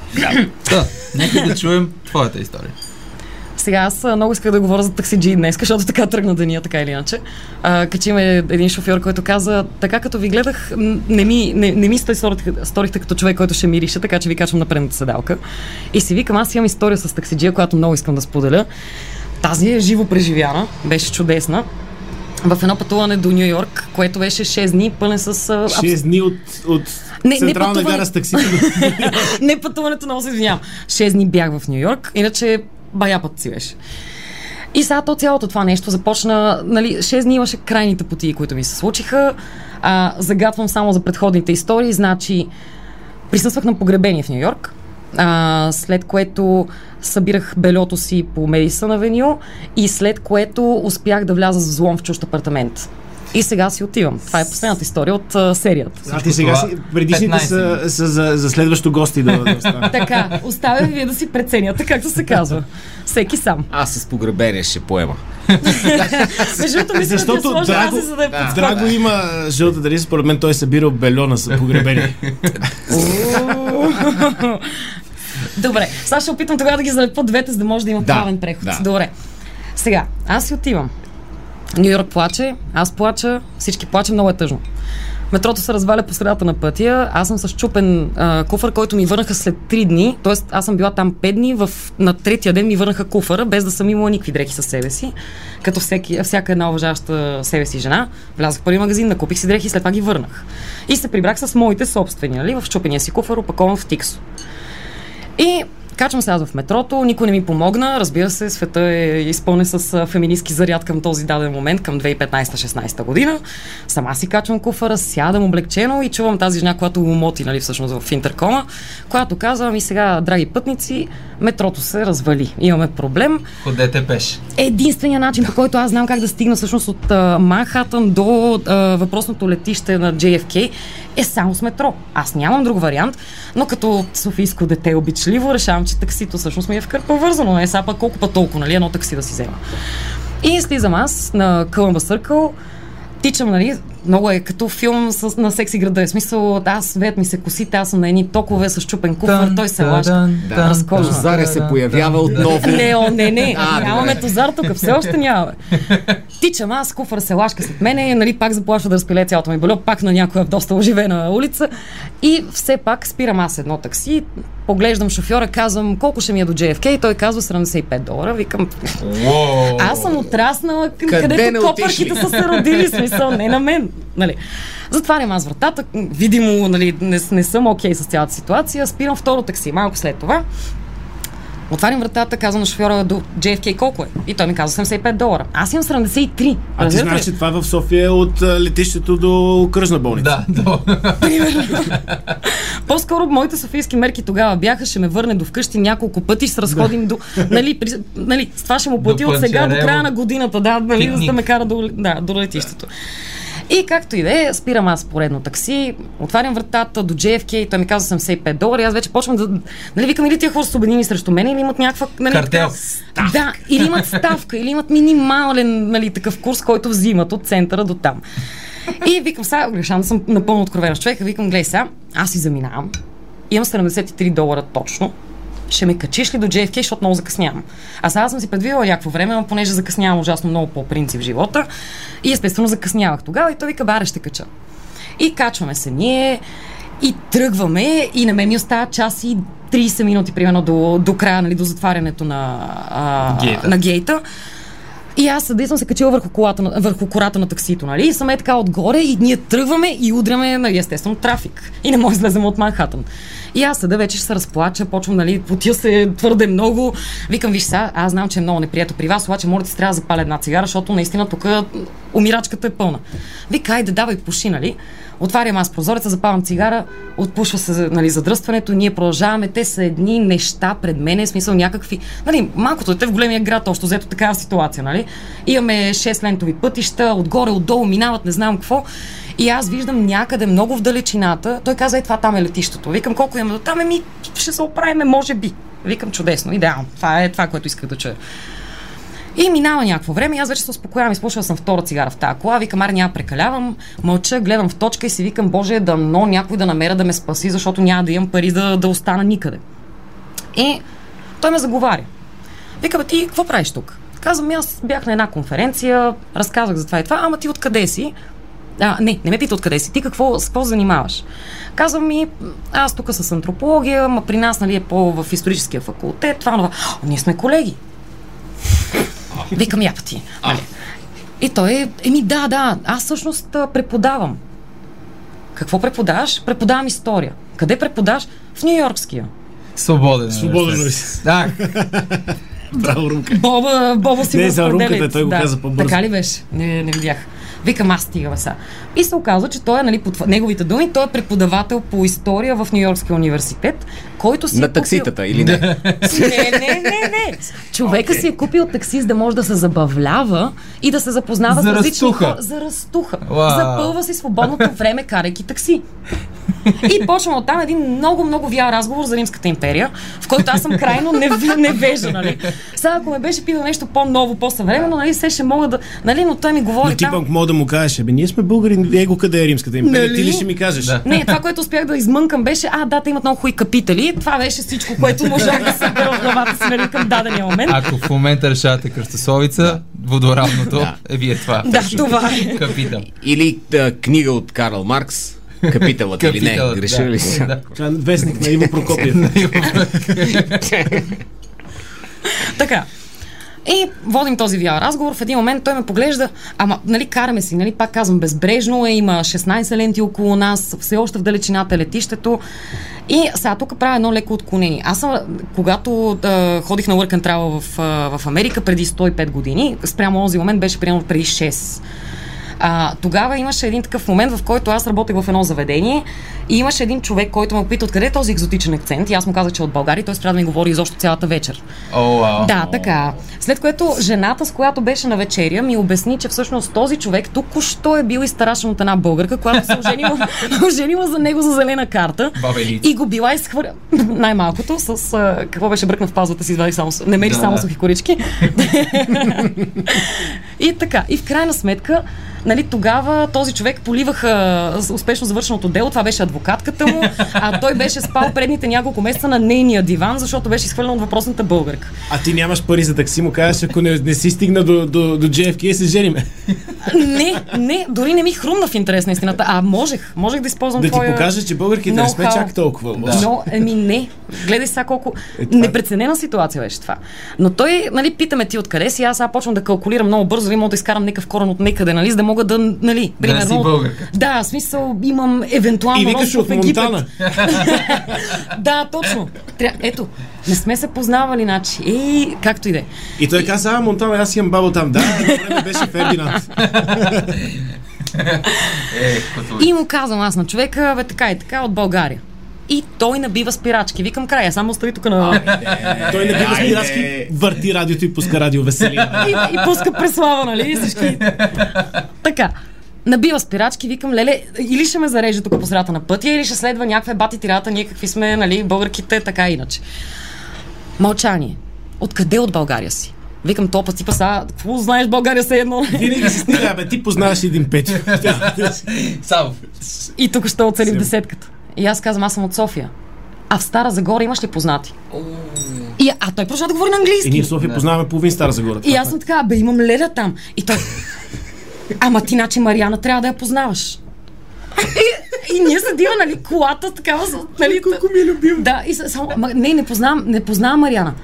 Speaker 3: Та, нека да чуем твоята история.
Speaker 5: Сега аз а, много исках да говоря за таксиджи днес, защото така тръгна деня, така или иначе. А, качи ме един шофьор, който каза, така като ви гледах, м, не ми, не, не ми сте сторихте, сторихте като човек, който ще мирише, така че ви качвам на предната седалка. И си викам, аз имам история с таксиджия, която много искам да споделя. Тази е живо преживяна, беше чудесна. В едно пътуване до Нью Йорк, което беше 6 дни, пълен с а, абс-
Speaker 4: 6 дни от, от
Speaker 5: Не, не
Speaker 4: централна
Speaker 5: пътувай.
Speaker 4: гара с такси.
Speaker 5: не пътуването, много се извинявам. Шест дни бях в Нью Йорк, иначе бая път си беше. И сега то цялото това нещо започна, нали, 6 дни имаше крайните потии, които ми се случиха. А, загатвам само за предходните истории, значи присъствах на погребение в Нью Йорк, а, след което събирах белето си по Медисън Авеню и след което успях да вляза с взлом в чужд апартамент. И сега си отивам. Това е последната история от а, серията.
Speaker 4: А ти сега
Speaker 3: това
Speaker 4: си, предишните
Speaker 3: 15
Speaker 4: са, са за, за следващо гости да, да останат.
Speaker 5: Така, оставям вие да си преценяте, както се казва. Всеки сам.
Speaker 6: Аз с погребение ще поема.
Speaker 5: Между другото, мисля,
Speaker 4: Защото
Speaker 5: да ти я сложа
Speaker 4: Драго-
Speaker 5: аз и за да я подскоча.
Speaker 4: Драго има жълта дали според мен той е събирал бельона за погребение.
Speaker 5: Добре, сега ще опитам тогава да ги залепа двете, за да може да има
Speaker 6: Да,
Speaker 5: правен преход.
Speaker 6: да.
Speaker 5: Добре. Сега, аз си отивам. Нью Йорк плаче, аз плача, всички плачем, много е тъжно. Метрото се разваля по средата на пътя. Аз съм с чупен а, куфър, който ми върнаха след 3 дни. Тоест, аз съм била там 5 дни. В, на третия ден ми върнаха куфъра, без да съм имала никакви дрехи със себе си. Като всеки, всяка една уважаваща себе си жена, влязах в първи магазин, накупих си дрехи и след това ги върнах. И се прибрах с моите собствени, нали, в чупения си куфър, опакован в тиксо. И качвам се аз в метрото, никой не ми помогна. Разбира се, света е изпълнен с а, феминистки заряд към този даден момент, към 2015-16 година. Сама си качвам куфара, сядам облегчено и чувам тази жена, която го моти, нали, всъщност в интеркома, която казва ми сега, драги пътници, метрото се развали. Имаме проблем.
Speaker 3: Ходете пеш.
Speaker 5: Единствения начин, по който аз знам как да стигна всъщност от а, Манхатън до а, въпросното летище на JFK е само с метро. Аз нямам друг вариант, но като софийско дете обичливо решавам, че таксито всъщност ми е в кърпа вързано. Не сега пък колко път толкова, нали, едно такси да си взема. И слизам аз на Кълъмба Съркъл. тичам, нали, много е като филм с, на секси града. В е смисъл, аз вет ми се косите, аз съм на едни токове с чупен куфар, той се лаща.
Speaker 3: да,
Speaker 5: разкожен.
Speaker 2: Заря се появява отново.
Speaker 5: Не, о, не, не.
Speaker 2: А, добре.
Speaker 5: Нямаме тозар тук, все още нямаме. Тичам аз, куфър се лашка след мене, нали, пак заплашва да разпиле цялото ми бельо, пак на някоя доста оживена улица. И все пак спирам аз едно такси, поглеждам шофьора, казвам колко ще ми е до JFK и той казва 75 долара. Викам,
Speaker 3: Уоу.
Speaker 5: аз съм отраснала, къ-
Speaker 2: Къде не
Speaker 5: където
Speaker 2: отишли?
Speaker 5: копърките са се родили, смисъл, не на мен. Нали. Затварям аз вратата, видимо, нали, не, с- не съм окей с цялата ситуация, спирам второ такси, малко след това. Отварям вратата, казвам на шофьора до JFK колко е. И той ми казва 75 долара. Аз имам 73.
Speaker 4: А ти
Speaker 5: разбирате ли?
Speaker 4: знаеш, че това в София е от а, летището до окръжна болница.
Speaker 3: Да, да.
Speaker 5: По-скоро моите софийски мерки тогава бяха, ще ме върне до вкъщи няколко пъти, ще се разходим до... Нали, при, нали, с това ще му плати от сега до
Speaker 3: Панчарево.
Speaker 5: края на годината, да, нали, за да
Speaker 3: Пикник.
Speaker 5: ме кара до, да, до летището. И както и да е, спирам аз поредно такси, отварям вратата до JFK, той ми казва 75 долара и аз вече почвам да... Нали, викам, или тия хора са обединени срещу мен или имат някаква... Нали,
Speaker 3: Картел.
Speaker 5: Така, да, или имат ставка, или имат минимален нали, такъв курс, който взимат от центъра до там. И викам, сега, Гришан, съм напълно откровена с човека, викам, гледай сега, аз си заминавам, имам 73 долара точно, ще ме качиш ли до JFK, защото много закъснявам. А сега аз съм си предвидела някакво време, но понеже закъснявам ужасно много по принцип в живота и естествено закъснявах тогава и той вика, баре ще кача. И качваме се ние и тръгваме и на мен ми остава час и 30 минути примерно до, до края, нали, до затварянето на, а,
Speaker 3: Гейта.
Speaker 5: на гейта. И аз съдей съм се качила върху, колата, на- върху кората на таксито, нали? И съм е така отгоре и ние тръгваме и удряме, нали, естествено, трафик. И не може да излезем от Манхатън. И аз съда вече ще се разплача, почвам, нали, потия се твърде много. Викам, виж сега, аз знам, че е много неприятно при вас, обаче може да се трябва да запаля една цигара, защото наистина тук умирачката е пълна. Вика, айде, давай, пуши, нали? Отварям аз прозореца, запалям цигара, отпушва се нали, задръстването, ние продължаваме. Те са едни неща пред мене, в смисъл някакви... Нали, малкото дете в големия град, още взето такава ситуация, нали? Имаме 6 лентови пътища, отгоре, отдолу минават, не знам какво. И аз виждам някъде много в далечината. Той каза, е това там е летището. Викам, колко имаме до там? Еми, ще се оправиме, може би. Викам, чудесно, идеално. Това е това, което исках да чуя. И минава някакво време, и аз вече се успокоявам, изпушвала съм втора цигара в тази кола, викам, ар няма прекалявам, мълча, гледам в точка и си викам, боже, дано някой да намеря да ме спаси, защото няма да имам пари да, да остана никъде. И той ме заговаря. Вика, бе, ти какво правиш тук? Казвам, аз бях на една конференция, разказах за това и това, ама ти откъде си? А, не, не ме пита откъде си. Ти какво, с какво се занимаваш? Казвам ми, аз тук с антропология, ма при нас нали, е по в историческия факултет, това, това. Ние сме колеги. Викам, я пъти. Нали? И той е, еми да, да, аз всъщност а, преподавам. Какво преподаваш? Преподавам история. Къде преподаваш? В Нью-Йоркския.
Speaker 3: Свободен. е,
Speaker 4: Свободен
Speaker 3: бе.
Speaker 4: ли
Speaker 3: Да,
Speaker 4: Право румка.
Speaker 5: Боба, Боба си
Speaker 4: Не,
Speaker 5: го
Speaker 4: за
Speaker 5: споделя.
Speaker 4: румката, той го каза по-бързо.
Speaker 5: Така ли беше? Не, не видях. Викам, аз стигам сега. И се оказва, че той е, нали, по това- неговите думи, той е преподавател по история в Нью-Йоркския университет, който си е
Speaker 2: На
Speaker 5: купил-
Speaker 2: такситата или не?
Speaker 5: Не, не, не, не. Човека си е купил такси, за да може да се забавлява и да се запознава
Speaker 3: За
Speaker 5: с различни
Speaker 3: растуха.
Speaker 5: хора. За растуха.
Speaker 3: Уау.
Speaker 5: Запълва си свободното време, карайки такси. И почвам от там един много, много вял разговор за Римската империя, в който аз съм крайно нев- невежа, нали? Сега, ако ме беше питал нещо по-ново, по-съвременно, нали, се ще мога да... Нали, но той ми говори
Speaker 4: Но ти
Speaker 5: там...
Speaker 4: пък мога да му кажеш, бе, ние сме българи, его къде е римската империя?
Speaker 5: Нали?
Speaker 4: Ти ли ще ми кажеш?
Speaker 3: Да.
Speaker 5: Не, това, което успях да измънкам беше, а, да, те имат много хубави капитали. Това беше всичко, което можах да се в главата си, нали, към дадения момент.
Speaker 3: ако в момента решавате кръстосовица, водоравното е вие това.
Speaker 5: Да, това е.
Speaker 3: Капитал.
Speaker 2: Или а, книга от Карл Маркс? Капиталът или не?
Speaker 3: Капиталът,
Speaker 2: Греша
Speaker 3: да.
Speaker 2: ли си?
Speaker 3: Да.
Speaker 4: Това е вестник на Иво Прокопиев.
Speaker 5: Така. И водим този VR разговор. В един момент той ме поглежда, ама, нали, караме си, нали, пак казвам, безбрежно е, има 16 ленти около нас, все още в далечината е летището. И сега тук правя едно леко отклонение. Аз съм, когато а, ходих на Work and Travel в, а, в Америка преди 105 години, спрямо този момент беше примерно преди 6. А, тогава имаше един такъв момент, в който аз работех в едно заведение и имаше един човек, който ме попита откъде е този екзотичен акцент и аз му казах, че е от България и той спря да ми говори изобщо цялата вечер.
Speaker 3: О, вау.
Speaker 5: Да, така. След което жената, с която беше на вечеря, ми обясни, че всъщност този човек току-що е бил изтарашен от една българка, която се оженила, оженила за него за зелена карта.
Speaker 3: Баба Елица.
Speaker 5: И го била изхвърля. Най-малкото с... А, какво беше бръкна в пазвата си, извади само... с- Намери
Speaker 3: Да.
Speaker 5: само сухи корички. и така. И в крайна сметка Нали, тогава този човек поливаха с- успешно завършеното дело, това беше адвокатката му, а той беше спал предните няколко месеца на нейния диван, защото беше изхвърлен от въпросната българка.
Speaker 4: А ти нямаш пари за такси, му казваш, ако не, не си стигна до, до, до JFK, се жениме.
Speaker 5: Не, не, дори не ми хрумна в интерес на истината, а можех, можех да използвам
Speaker 4: Да ти
Speaker 5: твоя...
Speaker 4: покажа, че българките не сме
Speaker 5: know-how.
Speaker 4: чак толкова. Е, лоши.
Speaker 5: Но, еми не. Гледай сега колко непреценена ситуация беше това. Но той, нали, питаме ти откъде си, аз сега почвам да калкулирам много бързо и мога да изкарам някакъв корен от некъде, нали, за да мога да, нали,
Speaker 3: Да не си българка.
Speaker 5: Да, в смисъл имам евентуално
Speaker 4: И викаш
Speaker 5: родство
Speaker 4: от
Speaker 5: в Египет.
Speaker 4: Монтана.
Speaker 5: Да, точно. Тря... Ето, не сме се познавали, значи. Ей, както и да е.
Speaker 4: И той каза, а, Монтана, аз имам баба там. Да, едно време беше Фердинанд.
Speaker 3: Е, като...
Speaker 5: И му казвам аз на човека, бе така и така, от България. И той набива спирачки. Викам края, само остави тук на...
Speaker 4: Той не бива спиратски, върти радиото и пуска радио веселина.
Speaker 5: и, и пуска преслава, нали? И всички. така. Набива спирачки, викам, леле, или ще ме зарежда тук по средата на пътя, или ще следва някаква бати тирата, ние какви сме, нали, българките, така и иначе. Мълчание. Откъде от България си? Викам, топа типа са, какво знаеш България се е едно? нали?
Speaker 4: Винаги се стига, бе, ти познаваш един пет.
Speaker 3: Савов.
Speaker 5: и тук ще оцелим десетката. И аз казвам, аз съм от София. А в Стара Загора имаш ли познати? И, а той продължава да говори на английски.
Speaker 4: И ние в София познаваме половин Стара Загора.
Speaker 5: И аз съм така, бе, имам леда там. И той, ама ти, значи, Мариана трябва да я познаваш. И, и ние седим, нали, колата, такава, с- нали, колко ми е любим. Да, и с- само, ма, не, не познавам, не познавам Мариана.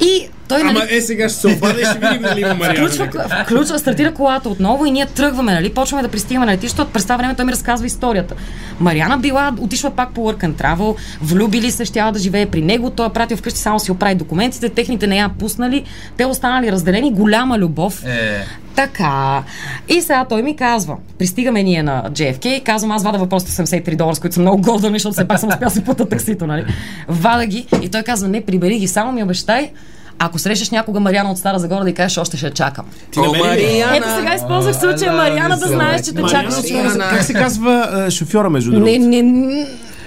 Speaker 5: И той, нали,
Speaker 4: Ама е, сега ще се обадя и ще видим дали има Мариана.
Speaker 5: включва, включва, стартира колата отново и ние тръгваме, нали? Почваме да пристигаме на летището. През това време той ми разказва историята. Мариана била, отишла пак по work and travel, влюбили се, щяла да живее при него. Той е пратил вкъщи, само си оправи документите, техните не я пуснали, те останали разделени, голяма любов.
Speaker 3: Е,
Speaker 5: Така. И сега той ми казва, пристигаме ние на JFK и казвам, аз вада въпросите 73 долара, с които съм много горда, нали, защото все пак съм успял да си пъта таксито, нали? Вада ги и той казва, не, прибери ги, само ми обещай, ако срещаш някога Мариана от Стара Загора да й кажеш, още ще я чакам.
Speaker 4: Ти намери ли?
Speaker 5: Ето сега използвах случая Мариана да знаеш, че те
Speaker 4: Мариана
Speaker 5: чакаш.
Speaker 4: от Стара Загора. Как се казва а, шофьора, между
Speaker 5: Не,
Speaker 4: другото?
Speaker 5: не, не.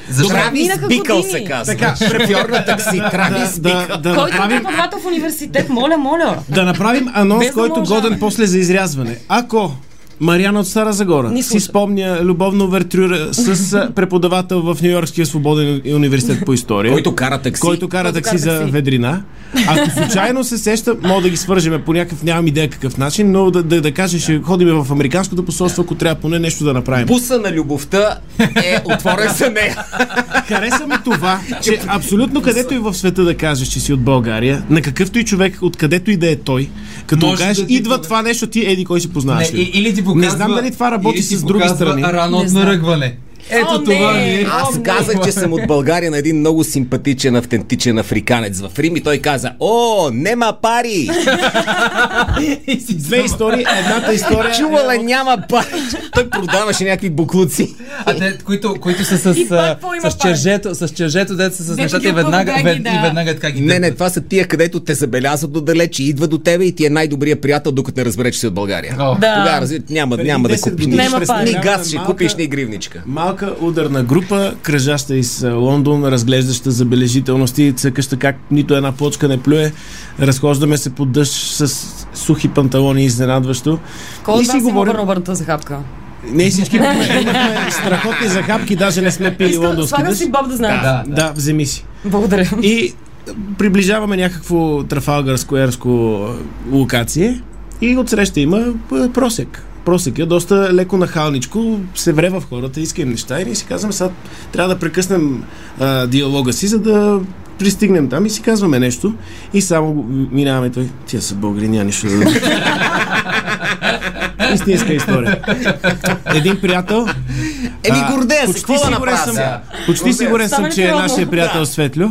Speaker 3: защо?
Speaker 5: Минаха
Speaker 6: Бикъл
Speaker 5: години.
Speaker 6: се казва.
Speaker 4: Така,
Speaker 6: Шофьор на такси,
Speaker 4: Да,
Speaker 6: Травис Бикъл.
Speaker 4: да, да,
Speaker 5: Който е
Speaker 4: направим,
Speaker 5: преподавател в университет, моля, моля.
Speaker 4: да направим анонс,
Speaker 5: Без да
Speaker 4: който
Speaker 5: продължаваме.
Speaker 4: годен после за изрязване. Ако Мариана от Стара Загора
Speaker 5: Ни
Speaker 4: си
Speaker 5: слуша.
Speaker 4: спомня любовно вертюра с а, преподавател в Нью-Йоркския свободен университет по история.
Speaker 6: Който кара такси.
Speaker 4: който кара
Speaker 5: Който
Speaker 4: такси
Speaker 5: кара
Speaker 4: за
Speaker 5: такси.
Speaker 4: ведрина. Ако случайно се сеща, мога да ги свържеме по някакъв, нямам идея какъв начин, но да, да, да кажа, ще ходим в Американското посолство, ако трябва поне нещо да направим.
Speaker 6: Буса на любовта е отворен за нея.
Speaker 4: Хареса ми това, че абсолютно където и в света да кажеш, че си от България, на какъвто и човек, откъдето и да е той, като му
Speaker 3: Може
Speaker 4: кажеш,
Speaker 3: да ти
Speaker 4: идва
Speaker 3: пода-
Speaker 4: това нещо, ти еди кой си
Speaker 3: Не,
Speaker 4: познаваш.
Speaker 3: и-
Speaker 4: ли?
Speaker 3: или ти показва,
Speaker 4: не знам дали това работи
Speaker 3: или ти
Speaker 4: с други
Speaker 3: показва
Speaker 4: страни.
Speaker 3: Рано
Speaker 5: Не
Speaker 3: от
Speaker 5: знам.
Speaker 3: наръгване. Ето
Speaker 5: О,
Speaker 3: това
Speaker 5: не.
Speaker 3: ми е.
Speaker 6: Аз казах, че съм от България на един много симпатичен, автентичен африканец в Рим и той каза, о, нема пари!
Speaker 4: Две истории, едната история. е
Speaker 6: Чувала
Speaker 4: от-
Speaker 6: няма пари! Той продаваше някакви буклуци.
Speaker 3: А те, които, които са с,
Speaker 5: И пак
Speaker 3: а,
Speaker 5: по-има
Speaker 3: с чержето, с чержето, деца с
Speaker 5: Дето
Speaker 3: нещата
Speaker 5: ги
Speaker 3: и веднага,
Speaker 5: опългаги,
Speaker 3: вед,
Speaker 5: да.
Speaker 3: и веднага така ги
Speaker 6: Не, не,
Speaker 3: дърпат.
Speaker 6: това са тия, където те забелязват отдалеч и идва до тебе и ти е най-добрият приятел, докато не разбере, че си от България.
Speaker 3: О,
Speaker 5: Да.
Speaker 6: Тогава разви... няма, няма да
Speaker 4: 10
Speaker 6: купиш
Speaker 4: години
Speaker 5: Нема
Speaker 6: нищо.
Speaker 5: пари.
Speaker 6: Ни
Speaker 4: представляваме
Speaker 6: газ ще
Speaker 4: малка-
Speaker 6: купиш, ни гривничка.
Speaker 4: Малка ударна група, кръжаща из а, Лондон, разглеждаща забележителности, цъкаща как нито една плочка не плюе. Разхождаме се под дъжд с сухи панталони, изненадващо.
Speaker 5: Кой
Speaker 4: и
Speaker 5: от
Speaker 4: си
Speaker 5: вас има
Speaker 4: говорим...
Speaker 5: върна обърната за хапка?
Speaker 4: Не всички имахме страхотни захапки, даже не сме пили
Speaker 5: Искам-
Speaker 4: лондонски
Speaker 5: Слагам
Speaker 4: дъжд.
Speaker 5: си боб да знае.
Speaker 3: Да, да.
Speaker 4: Да, вземи си.
Speaker 5: Благодаря.
Speaker 4: И приближаваме някакво трафалгарско-ерско локация и отсреща има а, просек. Просек е доста леко нахалничко, се вре в хората, иска им неща и ние си казваме сега трябва да прекъснем а, диалога си, за да пристигнем там и си казваме нещо и само го- минаваме той. Тия са българи, няма нищо да дадат. Истинска история. Един приятел
Speaker 6: Еми,
Speaker 4: а,
Speaker 6: гордея се,
Speaker 4: почти
Speaker 6: какво да
Speaker 4: сигурен
Speaker 6: направя
Speaker 4: съм-
Speaker 6: сега?
Speaker 4: Почти сигурен съм,
Speaker 5: Стане
Speaker 4: че е
Speaker 5: трудно.
Speaker 4: нашия приятел Светлю,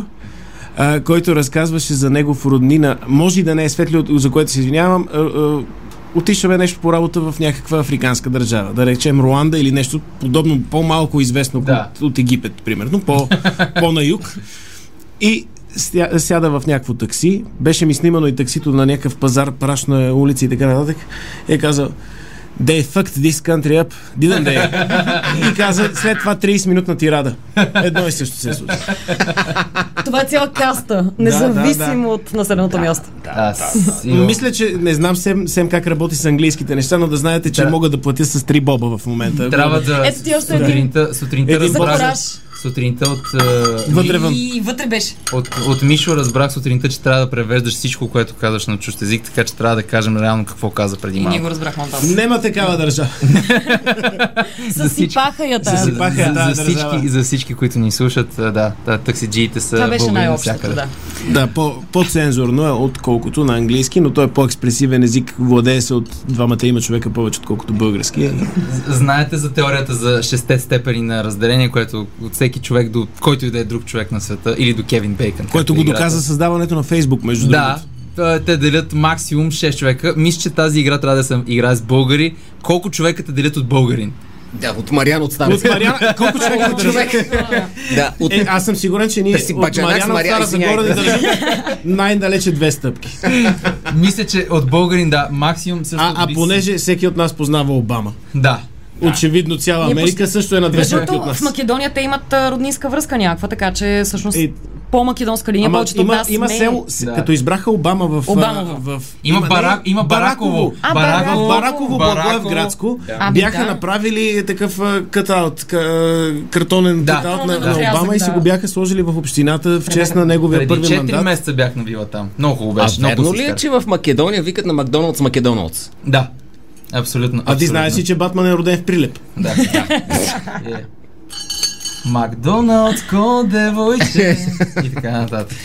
Speaker 4: а, който разказваше за негов роднина. Може и да не е Светлю, за което се извинявам. а, а, Отишаме нещо по работа в някаква африканска държава, да речем Руанда или нещо подобно, по-малко известно
Speaker 3: Да.
Speaker 4: от, от Египет, примерно, по, по-на юг. И ся- сяда в някакво такси. Беше ми снимано и таксито на някакъв пазар, прашна улица и така нататък. И е казал, They fucked this country up. Didn't they? и каза след това 30-минутна тирада. Едно и също се случва.
Speaker 5: Това е цяла каста, независимо от населеното място.
Speaker 3: Аз имам-
Speaker 4: Мисля, че не знам сем, сем как работи с английските неща, но да знаете, че
Speaker 3: Да.
Speaker 4: мога да платя с 3 боба в момента.
Speaker 3: Трябва да...
Speaker 5: Ето ти още един.
Speaker 3: сутринта, сутринта
Speaker 4: Един
Speaker 3: разбрах...
Speaker 5: кураж.
Speaker 3: Сутринта от, е,
Speaker 4: Вътре вън.
Speaker 5: И вътре беше.
Speaker 3: от, от Мишо разбрах сутринта, че трябва да превеждаш всичко, което казваш на чужд език, така че трябва да кажем реално какво каза преди
Speaker 5: И ние
Speaker 3: малко.
Speaker 5: го разбрахме от вас.
Speaker 4: Нема такава държава.
Speaker 5: Съсипаха я
Speaker 3: За,
Speaker 5: тази.
Speaker 3: за,
Speaker 4: Паха, да,
Speaker 3: за,
Speaker 4: държава.
Speaker 3: всички, за всички, които ни слушат, а, да, да таксиджиите са
Speaker 5: Това беше
Speaker 3: българи
Speaker 5: най-общото,
Speaker 3: навсякъде.
Speaker 5: да.
Speaker 4: Да, по, по-цензурно е, отколкото на английски, но той е по-експресивен език, владее се от двамата има човека повече, отколкото български.
Speaker 3: Знаете за теорията за шесте степени на разделение, което от всеки човек до който и да е друг човек на света, или до Кевин Бейкън. както
Speaker 4: Който го
Speaker 3: е играта.
Speaker 4: доказа създаването на Фейсбук, между
Speaker 3: Да,
Speaker 4: другото.
Speaker 3: а, те делят максимум 6 човека. Мисля, че тази игра трябва да се играе с българи. Колко човека те делят от българин?
Speaker 6: Да, от Мариан от Стара
Speaker 4: От Мариана, колко човека от човек?
Speaker 6: Да, от...
Speaker 4: Е, аз съм сигурен, че ние
Speaker 6: Да си
Speaker 4: от
Speaker 6: баджанак с
Speaker 4: Мариана от
Speaker 6: Мария,
Speaker 4: Стара Загора ни
Speaker 6: извиняй.
Speaker 4: държим най-далече две стъпки.
Speaker 3: Мисля, че от българин, да, максимум също.
Speaker 4: А, а
Speaker 3: би с-
Speaker 4: понеже всеки от нас познава Обама,
Speaker 3: Да.
Speaker 4: очевидно цяла
Speaker 5: Ние
Speaker 4: Америка също е на две стъпки от
Speaker 5: Защото в
Speaker 4: нас.
Speaker 5: Македония те имат а, роднинска връзка някаква, така че всъщност
Speaker 4: Е,
Speaker 5: по-македонска линия,
Speaker 4: Ама
Speaker 5: повечето от
Speaker 4: има,
Speaker 5: нас
Speaker 4: има
Speaker 5: не е.
Speaker 4: село, с-
Speaker 3: Да.
Speaker 4: като избраха Обама в... а,
Speaker 5: Обамово.
Speaker 4: в,
Speaker 3: Има,
Speaker 4: не,
Speaker 3: Барак, има Бараково.
Speaker 5: А,
Speaker 4: В
Speaker 5: Бараково.
Speaker 4: Бараково, Благоев градско,
Speaker 5: Ами
Speaker 4: бяха
Speaker 5: да.
Speaker 4: направили такъв а, катаут, ка- картонен
Speaker 3: Да.
Speaker 4: катаут на,
Speaker 5: Картонен
Speaker 4: на
Speaker 5: отрязък,
Speaker 4: Обама и си
Speaker 5: да.
Speaker 4: го бяха сложили в общината в чест на неговия
Speaker 3: Преди
Speaker 4: е първи
Speaker 3: 4
Speaker 4: мандат.
Speaker 3: месеца бях на вила там. Много хубаво
Speaker 6: А
Speaker 3: беше. много
Speaker 6: верно
Speaker 3: се
Speaker 6: ли е,
Speaker 3: изкарах.
Speaker 6: че в Македония викат на Макдоналдс Македоналдс?
Speaker 3: Да. Абсолютно.
Speaker 4: А ти
Speaker 3: абсолютно.
Speaker 4: знаеш ли, че Батман е роден в Прилеп?
Speaker 3: Да. Е. Макдоналдс, ко девойче. И така нататък.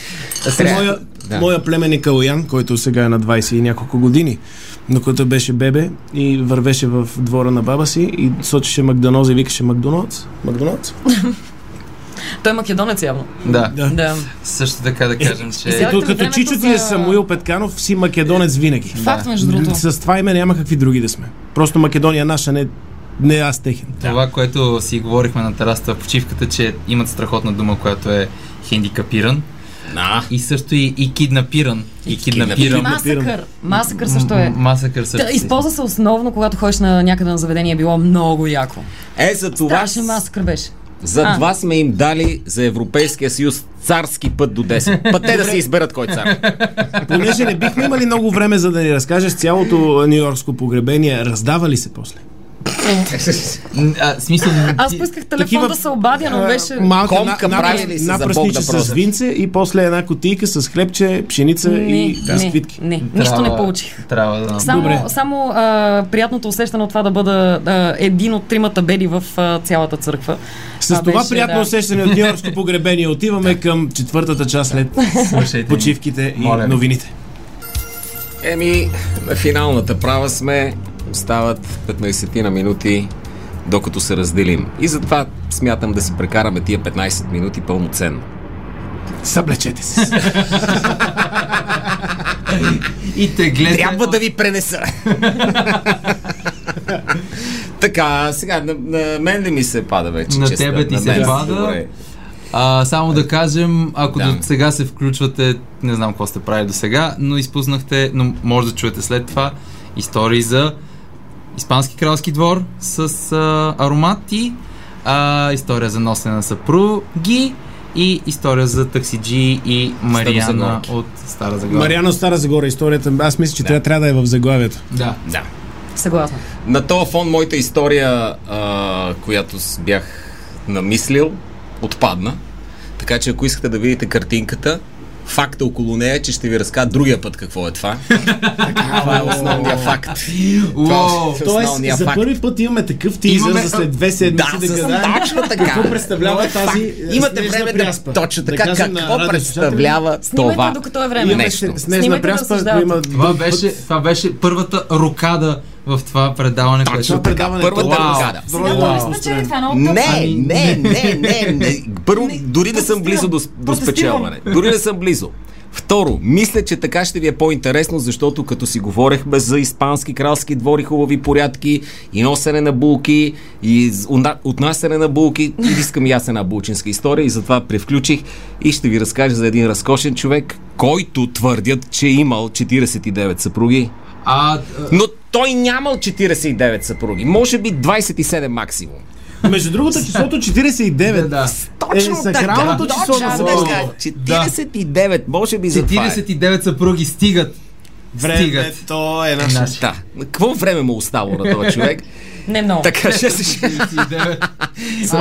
Speaker 4: Моя, моя племенник Калоян, който сега е на 20 и няколко години, но който беше бебе и вървеше в двора на баба си и сочеше Макдоналдс и викаше Макдоналдс. Макдоналдс?
Speaker 5: Той е македонец явно.
Speaker 3: Да.
Speaker 4: Да.
Speaker 5: Да.
Speaker 3: Също така да кажем, че...
Speaker 5: сега-
Speaker 4: Като,
Speaker 5: ми
Speaker 4: като
Speaker 5: времето
Speaker 4: чичо ти е
Speaker 5: за-
Speaker 4: Самуил Петканов, си македонец винаги.
Speaker 5: Факт, между другото.
Speaker 4: С това име няма какви други да сме. Просто Македония наша, не, не аз техен.
Speaker 3: Това, което си говорихме на терасата в почивката, че имат страхотна дума, която е хендикапиран.
Speaker 6: Да.
Speaker 3: И също и, и киднапиран. И
Speaker 5: И
Speaker 3: киднапиран.
Speaker 5: масакър. Масакър също е.
Speaker 3: М- Масакър също.
Speaker 5: Та,
Speaker 3: си.
Speaker 5: Използва се основно, когато ходиш на някъде на заведение, е било много яко.
Speaker 6: Е, за това,
Speaker 5: Страшен масакър беше.
Speaker 6: за
Speaker 5: А.
Speaker 6: това сме им дали за Европейския съюз царски път до 10. Път те да си изберат кой цар.
Speaker 4: Понеже не бихме имали много време за да ни разкажеш цялото нью-йоркско погребение, раздава ли се после?
Speaker 3: М, А, в смисъл...
Speaker 5: Аз
Speaker 3: ти-
Speaker 5: поисках
Speaker 4: такива,
Speaker 5: телефон да се обадя, но беше...
Speaker 4: А, Малка
Speaker 6: Комка
Speaker 4: на-
Speaker 6: правили си, за Бог да
Speaker 4: напръсниче с
Speaker 6: прозеш.
Speaker 4: винце и после една котийка с хлебче, пшеница
Speaker 5: Не,
Speaker 4: и
Speaker 5: не,
Speaker 4: бисквитки.
Speaker 5: не, нищо не
Speaker 3: трябва-
Speaker 5: получих.
Speaker 3: Трябва да...
Speaker 5: Само,
Speaker 4: Добре.
Speaker 5: само а, приятното усещане от това да бъда а, един от тримата бели в а, цялата църква.
Speaker 4: С това
Speaker 5: беше,
Speaker 4: приятно
Speaker 5: да.
Speaker 4: усещане от нью-йоркско погребение отиваме към четвъртата част след
Speaker 3: Слушайте.
Speaker 4: почивките и
Speaker 3: Моля ви.
Speaker 4: новините.
Speaker 6: Еми, на финалната права сме. Остават 15 на минути, докато се разделим. И затова смятам да си прекараме тия 15 минути пълноценно.
Speaker 4: Съблечете се.
Speaker 3: И те гледат...
Speaker 6: Трябва да ви пренеса. така, сега на, на мен ли ми се пада вече?
Speaker 3: На
Speaker 6: честа?
Speaker 3: тебе ти
Speaker 6: На
Speaker 3: се
Speaker 6: мен.
Speaker 3: пада.
Speaker 6: Добре.
Speaker 3: А, само да кажем, ако
Speaker 6: Да.
Speaker 3: да. до сега се включвате, не знам какво сте правили до сега, но изпуснахте, но може да чуете след това истории за Испански кралски двор с а, аромати, а, история за носене на съпруги и история за таксиджи и Мариана
Speaker 6: Старозагорки.
Speaker 3: от Стара Загора.
Speaker 4: Мариана от Стара Загора, историята. Аз мисля, че тя трябва да е в заглавието.
Speaker 3: Да.
Speaker 6: Да.
Speaker 5: Съгласна.
Speaker 6: На този фон моята история, а, която с- бях намислил, отпадна. Така че ако искате да видите картинката, факта около нея е, че ще ви разкажа другия път какво е това. това е основния факт.
Speaker 3: Уау.
Speaker 6: Това е
Speaker 4: Тоест,
Speaker 6: основния
Speaker 4: за
Speaker 6: факт.
Speaker 4: първи път имаме такъв тизър
Speaker 3: Имаме-
Speaker 4: за след две седмици
Speaker 6: Да,
Speaker 4: да,
Speaker 6: с-
Speaker 4: гадаем.
Speaker 6: точно така.
Speaker 4: Какво представлява тази е,
Speaker 6: Имате
Speaker 4: снежна
Speaker 6: време
Speaker 4: пряспа?
Speaker 6: да... Точно
Speaker 4: Да
Speaker 6: така,
Speaker 4: кажем на
Speaker 6: какво
Speaker 4: радио
Speaker 6: представлява
Speaker 5: Снимайте,
Speaker 6: това
Speaker 5: докато е време.
Speaker 4: Имаме
Speaker 6: нещо?
Speaker 4: с- снежна
Speaker 5: Снимайте да
Speaker 4: пряспа, ако
Speaker 5: разсъждавате.
Speaker 4: има
Speaker 3: Това
Speaker 4: друг път-
Speaker 3: беше, това беше първата рокада в това предаване,
Speaker 4: това
Speaker 3: което
Speaker 4: предаване.
Speaker 6: първата
Speaker 4: това е
Speaker 3: рокада.
Speaker 4: много
Speaker 5: Сега
Speaker 4: добре
Speaker 5: той ли
Speaker 4: устроено.
Speaker 5: спечели това е много
Speaker 6: Не,
Speaker 5: точно.
Speaker 6: Ами, не, не, не, не. Първо,
Speaker 5: Не,
Speaker 6: дори не съм
Speaker 5: протестирам.
Speaker 6: близо до, до
Speaker 5: Протестирам.
Speaker 6: спечелване. Дори не съм близо. Второ, мисля, че така ще ви е по-интересно, защото като си говорехме за испански кралски двори, хубави порядки, и носене на булки, и з- уна- отнасяне на булки, и искам и аз една булчинска история и затова превключих и ще ви разкажа за един разкошен човек, който твърдят, че е имал 49 съпруги,
Speaker 3: А,
Speaker 6: Но той нямал 49 съпруги. Може би 27 максимум.
Speaker 4: Между другото, числото 49
Speaker 3: да, да.
Speaker 4: е
Speaker 6: Точно
Speaker 4: сакралното
Speaker 6: така.
Speaker 4: число на
Speaker 6: Точно
Speaker 3: Бога.
Speaker 4: Бога.
Speaker 6: така. 49, може би за това е.
Speaker 3: 49 съпруги стигат. Стигат.
Speaker 4: Времето е наше.
Speaker 3: Наши.
Speaker 6: Да. Какво време му остава на този човек?
Speaker 5: Не много.
Speaker 6: Така ще се...
Speaker 3: 49.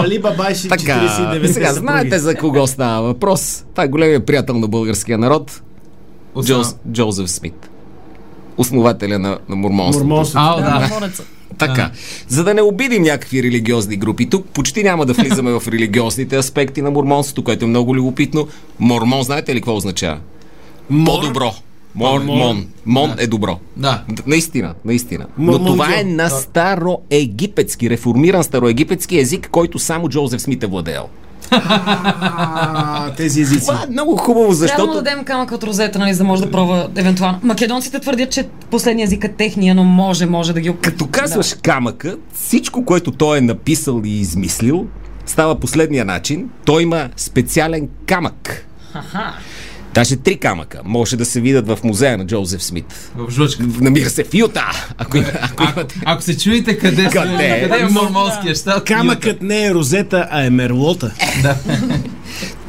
Speaker 4: Али Баба ще
Speaker 6: Така,
Speaker 4: 49
Speaker 6: сега
Speaker 4: съпруги.
Speaker 6: знаете за кого става въпрос. Това е големия приятел на българския народ.
Speaker 3: Остава.
Speaker 6: Джоз, Джозеф Смит. Основателя на, на мормонството.
Speaker 4: Мормонството.
Speaker 3: Ао,
Speaker 5: Да,
Speaker 3: да.
Speaker 5: мормонеца.
Speaker 6: Така. За да не обидим някакви религиозни групи, тук почти няма да влизаме в религиозните аспекти на мормонството, което е много любопитно. Мормон, знаете ли какво означава? По-добро. Мор, мон. Мон е добро.
Speaker 3: Да.
Speaker 6: Д- Наистина, наистина. Но
Speaker 4: Мормонджо.
Speaker 6: това е на староегипетски, реформиран староегипетски език, който само Джозеф Смит е владеел.
Speaker 4: А, тези езици.
Speaker 6: Това е много хубаво,
Speaker 5: Трябва да му
Speaker 6: защото...
Speaker 5: дадем камък от розета, нали, за да може да пробва евентуално. Македонците твърдят, че последният език е техния, но може, може да ги... оп-
Speaker 6: Като казваш камъка, всичко, което той е написал и измислил, става последния начин. Той има специален камък.
Speaker 5: Аха.
Speaker 6: Даже три камъка може да се видят в музея на Джозеф Смит.
Speaker 3: В жлъчка.
Speaker 6: В- Намира се в Юта, ако, има- ако
Speaker 3: Ако,
Speaker 6: имате.
Speaker 3: ако се чуете къде, сме,
Speaker 6: Къде?
Speaker 3: къде е мормонския щат?
Speaker 4: Камъкът не е розета, а е мерлота.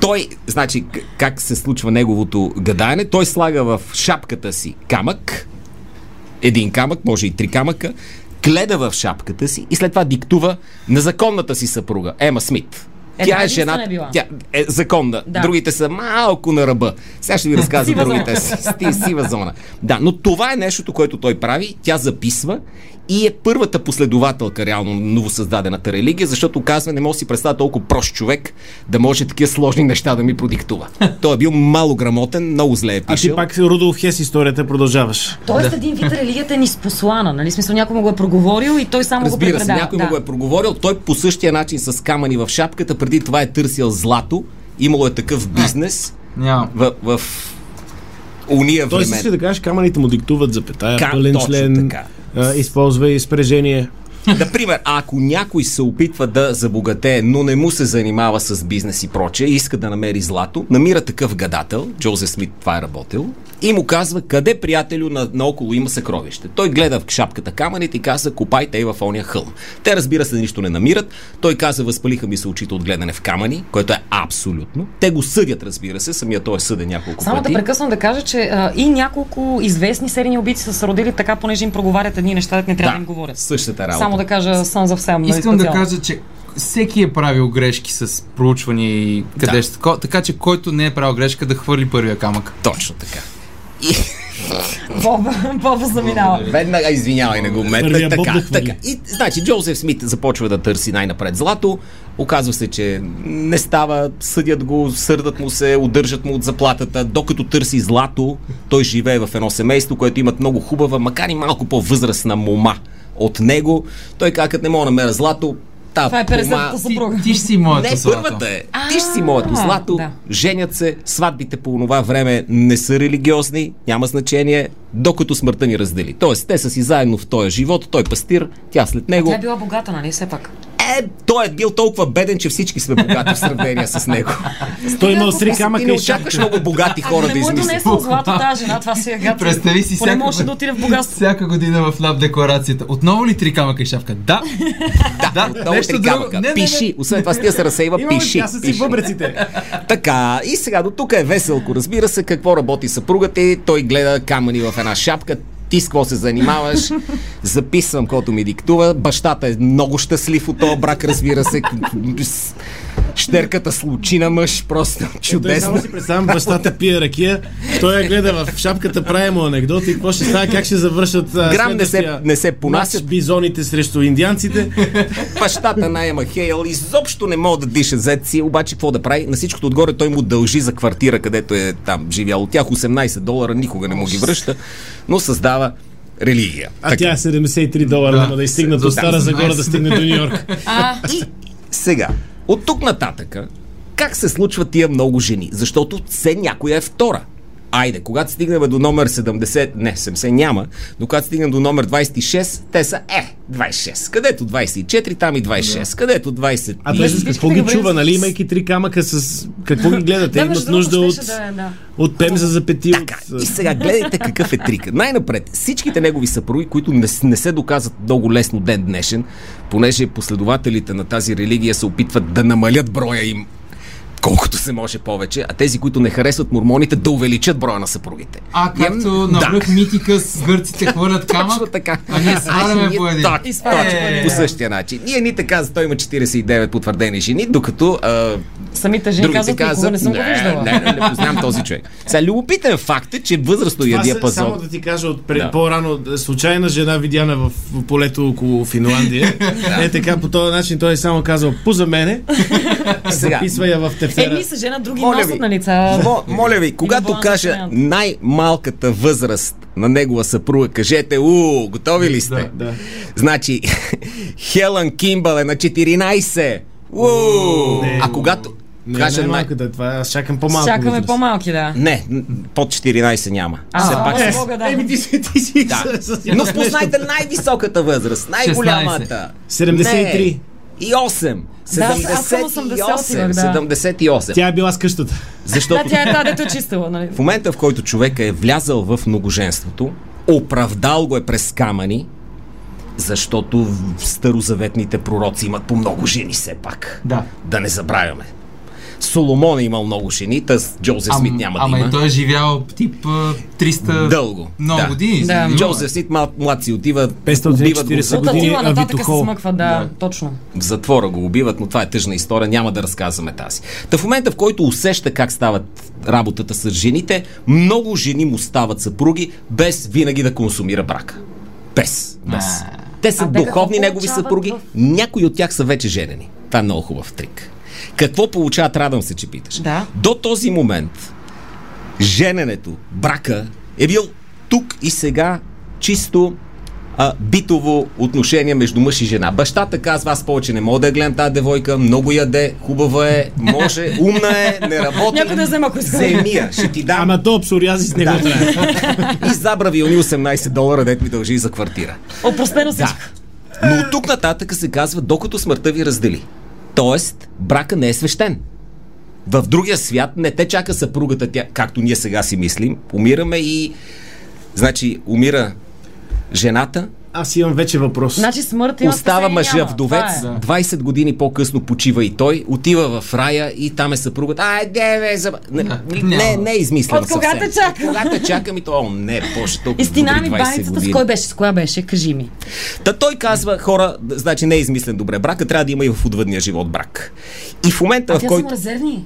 Speaker 6: Той, значи, к- как се случва неговото гадане, той слага в шапката си камък, един камък, може и три камъка, гледа в шапката си и след това диктува на законната си съпруга, Ема Смит.
Speaker 5: Е,
Speaker 6: тя
Speaker 5: така
Speaker 6: е
Speaker 5: единствена
Speaker 6: жена,
Speaker 5: е била.
Speaker 6: тя е законна. Да.
Speaker 5: Да.
Speaker 6: Другите са малко на ръба. Сега ще ви разказвам
Speaker 5: Сива
Speaker 6: другите.
Speaker 5: зона.
Speaker 6: С- Ти сива зона. Да, но това е нещото, което той прави. Тя записва и е първата последователка реално на новосъздадената религия, защото казва, не мога да си представя толкова прост човек да може такива сложни неща да ми продиктува. Той е бил малограмотен, много зле е
Speaker 4: А ти
Speaker 6: пишел.
Speaker 4: пак Рудолф Хес историята продължаваш.
Speaker 5: Тоест един вид религията е низпослана, нали? Смисъл някой му го е проговорил и той само го
Speaker 6: Разбира се,
Speaker 5: препредава.
Speaker 6: някой
Speaker 5: да.
Speaker 6: му го е проговорил. Той по същия начин с камъни в шапката, преди това е търсил злато, имало е такъв бизнес
Speaker 3: Няма.
Speaker 6: в, в уния
Speaker 4: Той си
Speaker 6: времена.
Speaker 4: си да кажеш, камъните му диктуват запетая,
Speaker 6: Ка-
Speaker 4: пълен
Speaker 6: точно
Speaker 4: член,
Speaker 6: така.
Speaker 4: а, използва и спрежение.
Speaker 6: Например, ако някой се опитва да забогатее, но не му се занимава с бизнес и прочее, иска да намери злато, намира такъв гадател, Джозеф Смит това е работил, и му казва, къде приятелю на, наоколо има съкровище. Той гледа в шапката камъните и казва, копайте и в ония хълм. Те разбира се нищо не намират. Той казва, възпалиха ми се очите от гледане в камъни, което е абсолютно. Те го съдят, разбира се, самия той е съден няколко
Speaker 5: Само да
Speaker 6: пъти.
Speaker 5: прекъсна да кажа, че а, и няколко известни серийни убийци са се родили така, понеже им проговарят едни неща, дето не трябва да, им говорят.
Speaker 6: същата работа.
Speaker 5: Само да кажа Sons of Sam.
Speaker 6: е
Speaker 5: нали,
Speaker 3: Искам да
Speaker 5: специално.
Speaker 3: кажа, че всеки е правил грешки с проучвания и къде
Speaker 6: Да.
Speaker 3: ще тако, така че който не е правил грешка да хвърли първия камък.
Speaker 6: Точно така.
Speaker 5: Боба, Боба заминава.
Speaker 6: Веднага, извинявай, не го
Speaker 4: Първия
Speaker 6: метна.
Speaker 4: боб да
Speaker 6: Така,
Speaker 4: хвърли.
Speaker 6: така. И, значи, Джозеф Смит започва да търси най-напред злато. Оказва се, че не става, съдят го, сърдат му се, удържат му от заплатата. Докато търси злато, той живее в едно семейство, което имат много хубава, макар и малко по-възрастна мома от него. Той казва, като не мога да намеря злато, та
Speaker 5: Това е
Speaker 6: мома-
Speaker 5: 50-та
Speaker 3: Ти,
Speaker 5: съпруга.
Speaker 3: ти ще си моето
Speaker 6: не,
Speaker 3: злато.
Speaker 6: първата е. Ти ще си моето
Speaker 5: А,
Speaker 6: злато.
Speaker 5: да.
Speaker 6: Женят се. Сватбите по това време не са религиозни. Няма значение. Докато смъртта ни раздели. Тоест, те са си заедно в този живот. Той пастир, тя след него.
Speaker 5: Тя е била богата, нали, все пак.
Speaker 6: Е, той е бил толкова беден, че всички сме богати в сравнение с него.
Speaker 4: Той имал три
Speaker 6: Ти
Speaker 4: камъка
Speaker 6: не
Speaker 4: и
Speaker 6: очакваш
Speaker 4: шапка.
Speaker 6: много богати
Speaker 5: Ако
Speaker 6: хора
Speaker 5: не
Speaker 6: да
Speaker 5: му е
Speaker 6: измислят.
Speaker 5: донесла злато тази жена, това си е гад.
Speaker 3: Представи си
Speaker 5: Поне
Speaker 3: всяка,
Speaker 5: можеше да отиде в богатство.
Speaker 3: всяка година в лап декларацията. Отново ли три камъка и шапка? Да. да,
Speaker 6: Много три камъка. Пиши. Освен това, с тия се разсейва.
Speaker 4: Имаме
Speaker 6: Пиши.
Speaker 4: пясъци
Speaker 6: пиши.
Speaker 4: в бъбреците.
Speaker 6: Така, и сега до тук е веселко, разбира се, какво работи съпругата и той гледа камъни в една шапка, ти с какво се занимаваш, записвам каквото ми диктува, бащата е много щастлив от този брак, разбира се, С- щерката с лучина мъж, просто
Speaker 4: Е, Той само
Speaker 6: чудесно.
Speaker 4: си представям, бащата пие ракия, той я гледа в шапката, прави му анекдоти, какво ще става, как ще завършат а,
Speaker 6: Грам не се-
Speaker 4: следващия
Speaker 6: не се понасят.
Speaker 4: матч бизоните срещу индианците.
Speaker 6: Бащата найема Хейл, изобщо не мога да диша зет си, обаче какво да прави? На всичкото отгоре той му дължи за квартира, където е там живял. От тях 18 долара никога не му ги връща, но създава религия.
Speaker 4: А тя е 73 долара,
Speaker 3: Да.
Speaker 4: няма да изстигнат
Speaker 3: Да,
Speaker 4: до Стара Загора, да
Speaker 3: 18.
Speaker 4: стигне до Нью Йорк.
Speaker 6: И сега, от тук нататъка, как се случват тия много жени? Защото все някоя е втора. Айде, когато стигнем до номер 70, не, 70 няма, но когато стигнем до номер 26, те са, е, 26. Където 24, там и 26. Да. Където 20.
Speaker 4: А без с какво
Speaker 5: Всичките
Speaker 4: ги
Speaker 5: ги
Speaker 4: чува,
Speaker 5: връз-
Speaker 4: нали? Имайки три камъка с... Какво ги гледате?
Speaker 5: Да, между
Speaker 4: Имат нужда
Speaker 5: другото,
Speaker 4: от,
Speaker 5: щеше да е, да.
Speaker 4: от пем за запети.
Speaker 6: Така,
Speaker 4: от...
Speaker 6: и сега гледайте какъв е трик. Най-напред, всичките негови съпруги, които не, с- не се доказват много лесно ден днешен, понеже последователите на тази религия се опитват да намалят броя им колкото се може повече, а тези, които не харесват мормоните, да увеличат броя на съпругите.
Speaker 7: А
Speaker 6: И е-
Speaker 7: както на връх митика с гърците хвърлят
Speaker 6: Точно
Speaker 7: камък,
Speaker 6: така.
Speaker 7: а ние сваляме
Speaker 6: ние
Speaker 7: по един. Е.
Speaker 6: так,
Speaker 5: И сваляме по един.
Speaker 6: По същия начин. И едните казват, той има 49 потвърдени жени, докато а,
Speaker 5: Самите жени
Speaker 6: другите
Speaker 5: казват, никога
Speaker 6: казват,
Speaker 5: не съм го виждала.
Speaker 6: не, не, не познавам този човек. Сега, любопитен факт е, че възрастовия
Speaker 4: Аз само
Speaker 6: диапазон...
Speaker 4: да ти кажа от пред, по-рано, да, случайна жена видяна в в полето около Финландия. е така, по този начин той е само казал, пу за мене,
Speaker 6: Сега,
Speaker 4: записва я в тефтера.
Speaker 5: Едни са жена, други
Speaker 6: Моля
Speaker 5: носят
Speaker 6: ви.
Speaker 5: на лица.
Speaker 6: Мо, моля ви, когато
Speaker 5: баланс на
Speaker 6: кажа
Speaker 5: страната.
Speaker 6: най-малката възраст на негова съпруга, кажете, у, готови ли сте? Да,
Speaker 4: да.
Speaker 6: Значи, Хелън Кимбъл е на 14. У,
Speaker 4: не,
Speaker 6: а когато
Speaker 4: Не,
Speaker 6: кажа
Speaker 4: не е
Speaker 6: най...
Speaker 4: малката, това аз чакам по-малко.
Speaker 5: Чакаме
Speaker 4: възраст.
Speaker 5: по-малки, да.
Speaker 6: Не, н- под 14 няма.
Speaker 5: А,
Speaker 6: Все пак.
Speaker 5: аз мога, да.
Speaker 4: Е, Еми ти си, ти си.
Speaker 6: Да.
Speaker 4: с- с-
Speaker 6: Но познайте най-високата възраст, най-голямата.
Speaker 4: 73.
Speaker 6: Не. И 8.
Speaker 5: Да, аз- аз съм
Speaker 6: 78.
Speaker 5: 80, да.
Speaker 6: 78.
Speaker 4: Тя е била с къщата.
Speaker 5: Да,
Speaker 6: Защото
Speaker 5: тя е тази, дето е чистила, нали?
Speaker 6: В момента, в който човек е влязал в многоженството, оправдал го е през камъни, защото в- старозаветните пророци имат по много жени все пак.
Speaker 7: Да.
Speaker 6: Да не забравяме. Соломон е имал много жени, тъс Джозеф Смит няма да
Speaker 7: ама
Speaker 6: има.
Speaker 7: и той е живял тип а, 300
Speaker 6: Дълго.
Speaker 7: много
Speaker 6: да.
Speaker 7: години.
Speaker 5: Да.
Speaker 7: за-
Speaker 6: Джозеф Смит, млад, млад си отива,
Speaker 4: 540
Speaker 6: убиват го в
Speaker 5: От
Speaker 6: затвора.
Speaker 4: години
Speaker 5: Атила нататък се
Speaker 4: Авитохол.
Speaker 5: смъква, да, точно.
Speaker 6: в затвора го убиват, но това е тъжна история, няма да разказваме тази. Та в момента, в който усеща как стават работата с жените, много жени му стават съпруги, без винаги да консумира брак. Без. без. Те са
Speaker 5: А те какво
Speaker 6: духовни негови
Speaker 5: получават
Speaker 6: съпруги,
Speaker 5: в-
Speaker 6: някои от тях са вече женени. Това е много хубав трик. Какво получават, радвам се, че питаш.
Speaker 5: Да.
Speaker 6: До този момент, жененето, брака е бил тук и сега чисто а, битово отношение между мъж и жена. Бащата казва, аз повече не мога да я гледам тази девойка, много яде, хубава е, може, умна е, не работи.
Speaker 5: Някой да я взема, ако иска.
Speaker 6: Вземи я, ще ти дам.
Speaker 4: Ама то псориазис не го трябва.
Speaker 6: И забрави ни 18 долара, дет ми дължи за квартира.
Speaker 5: Опростено всичко.
Speaker 6: Но от тук нататък се казва, докато смъртта ви раздели. Тоест, брака не е свещен. В другия свят не те чака съпругата, тя, както ние сега си мислим. Умираме и... Значи, умира жената,
Speaker 4: Аз имам вече въпрос.
Speaker 5: Значи смърт има
Speaker 6: остава
Speaker 5: спасение,
Speaker 6: мъжа
Speaker 5: няма.
Speaker 6: вдовец,
Speaker 5: Това е.
Speaker 6: 20 години по-късно почива и той, отива в рая и там е съпругата. А, де, бе, за... не, не, не е измислено
Speaker 5: От кога
Speaker 6: съвсем.
Speaker 5: те чакам?
Speaker 6: От кога те чакам и то, о, не, боже, толкова
Speaker 5: Истина
Speaker 6: добри
Speaker 5: ми
Speaker 6: 20
Speaker 5: баницата с
Speaker 6: години.
Speaker 5: кой беше? С коя беше? Кажи ми.
Speaker 6: Та той казва, хора, д- значи не е измислен добре брака, трябва да има и в отвъдния живот брак. И в момента, в
Speaker 5: Тя
Speaker 6: който...
Speaker 5: са му резервни.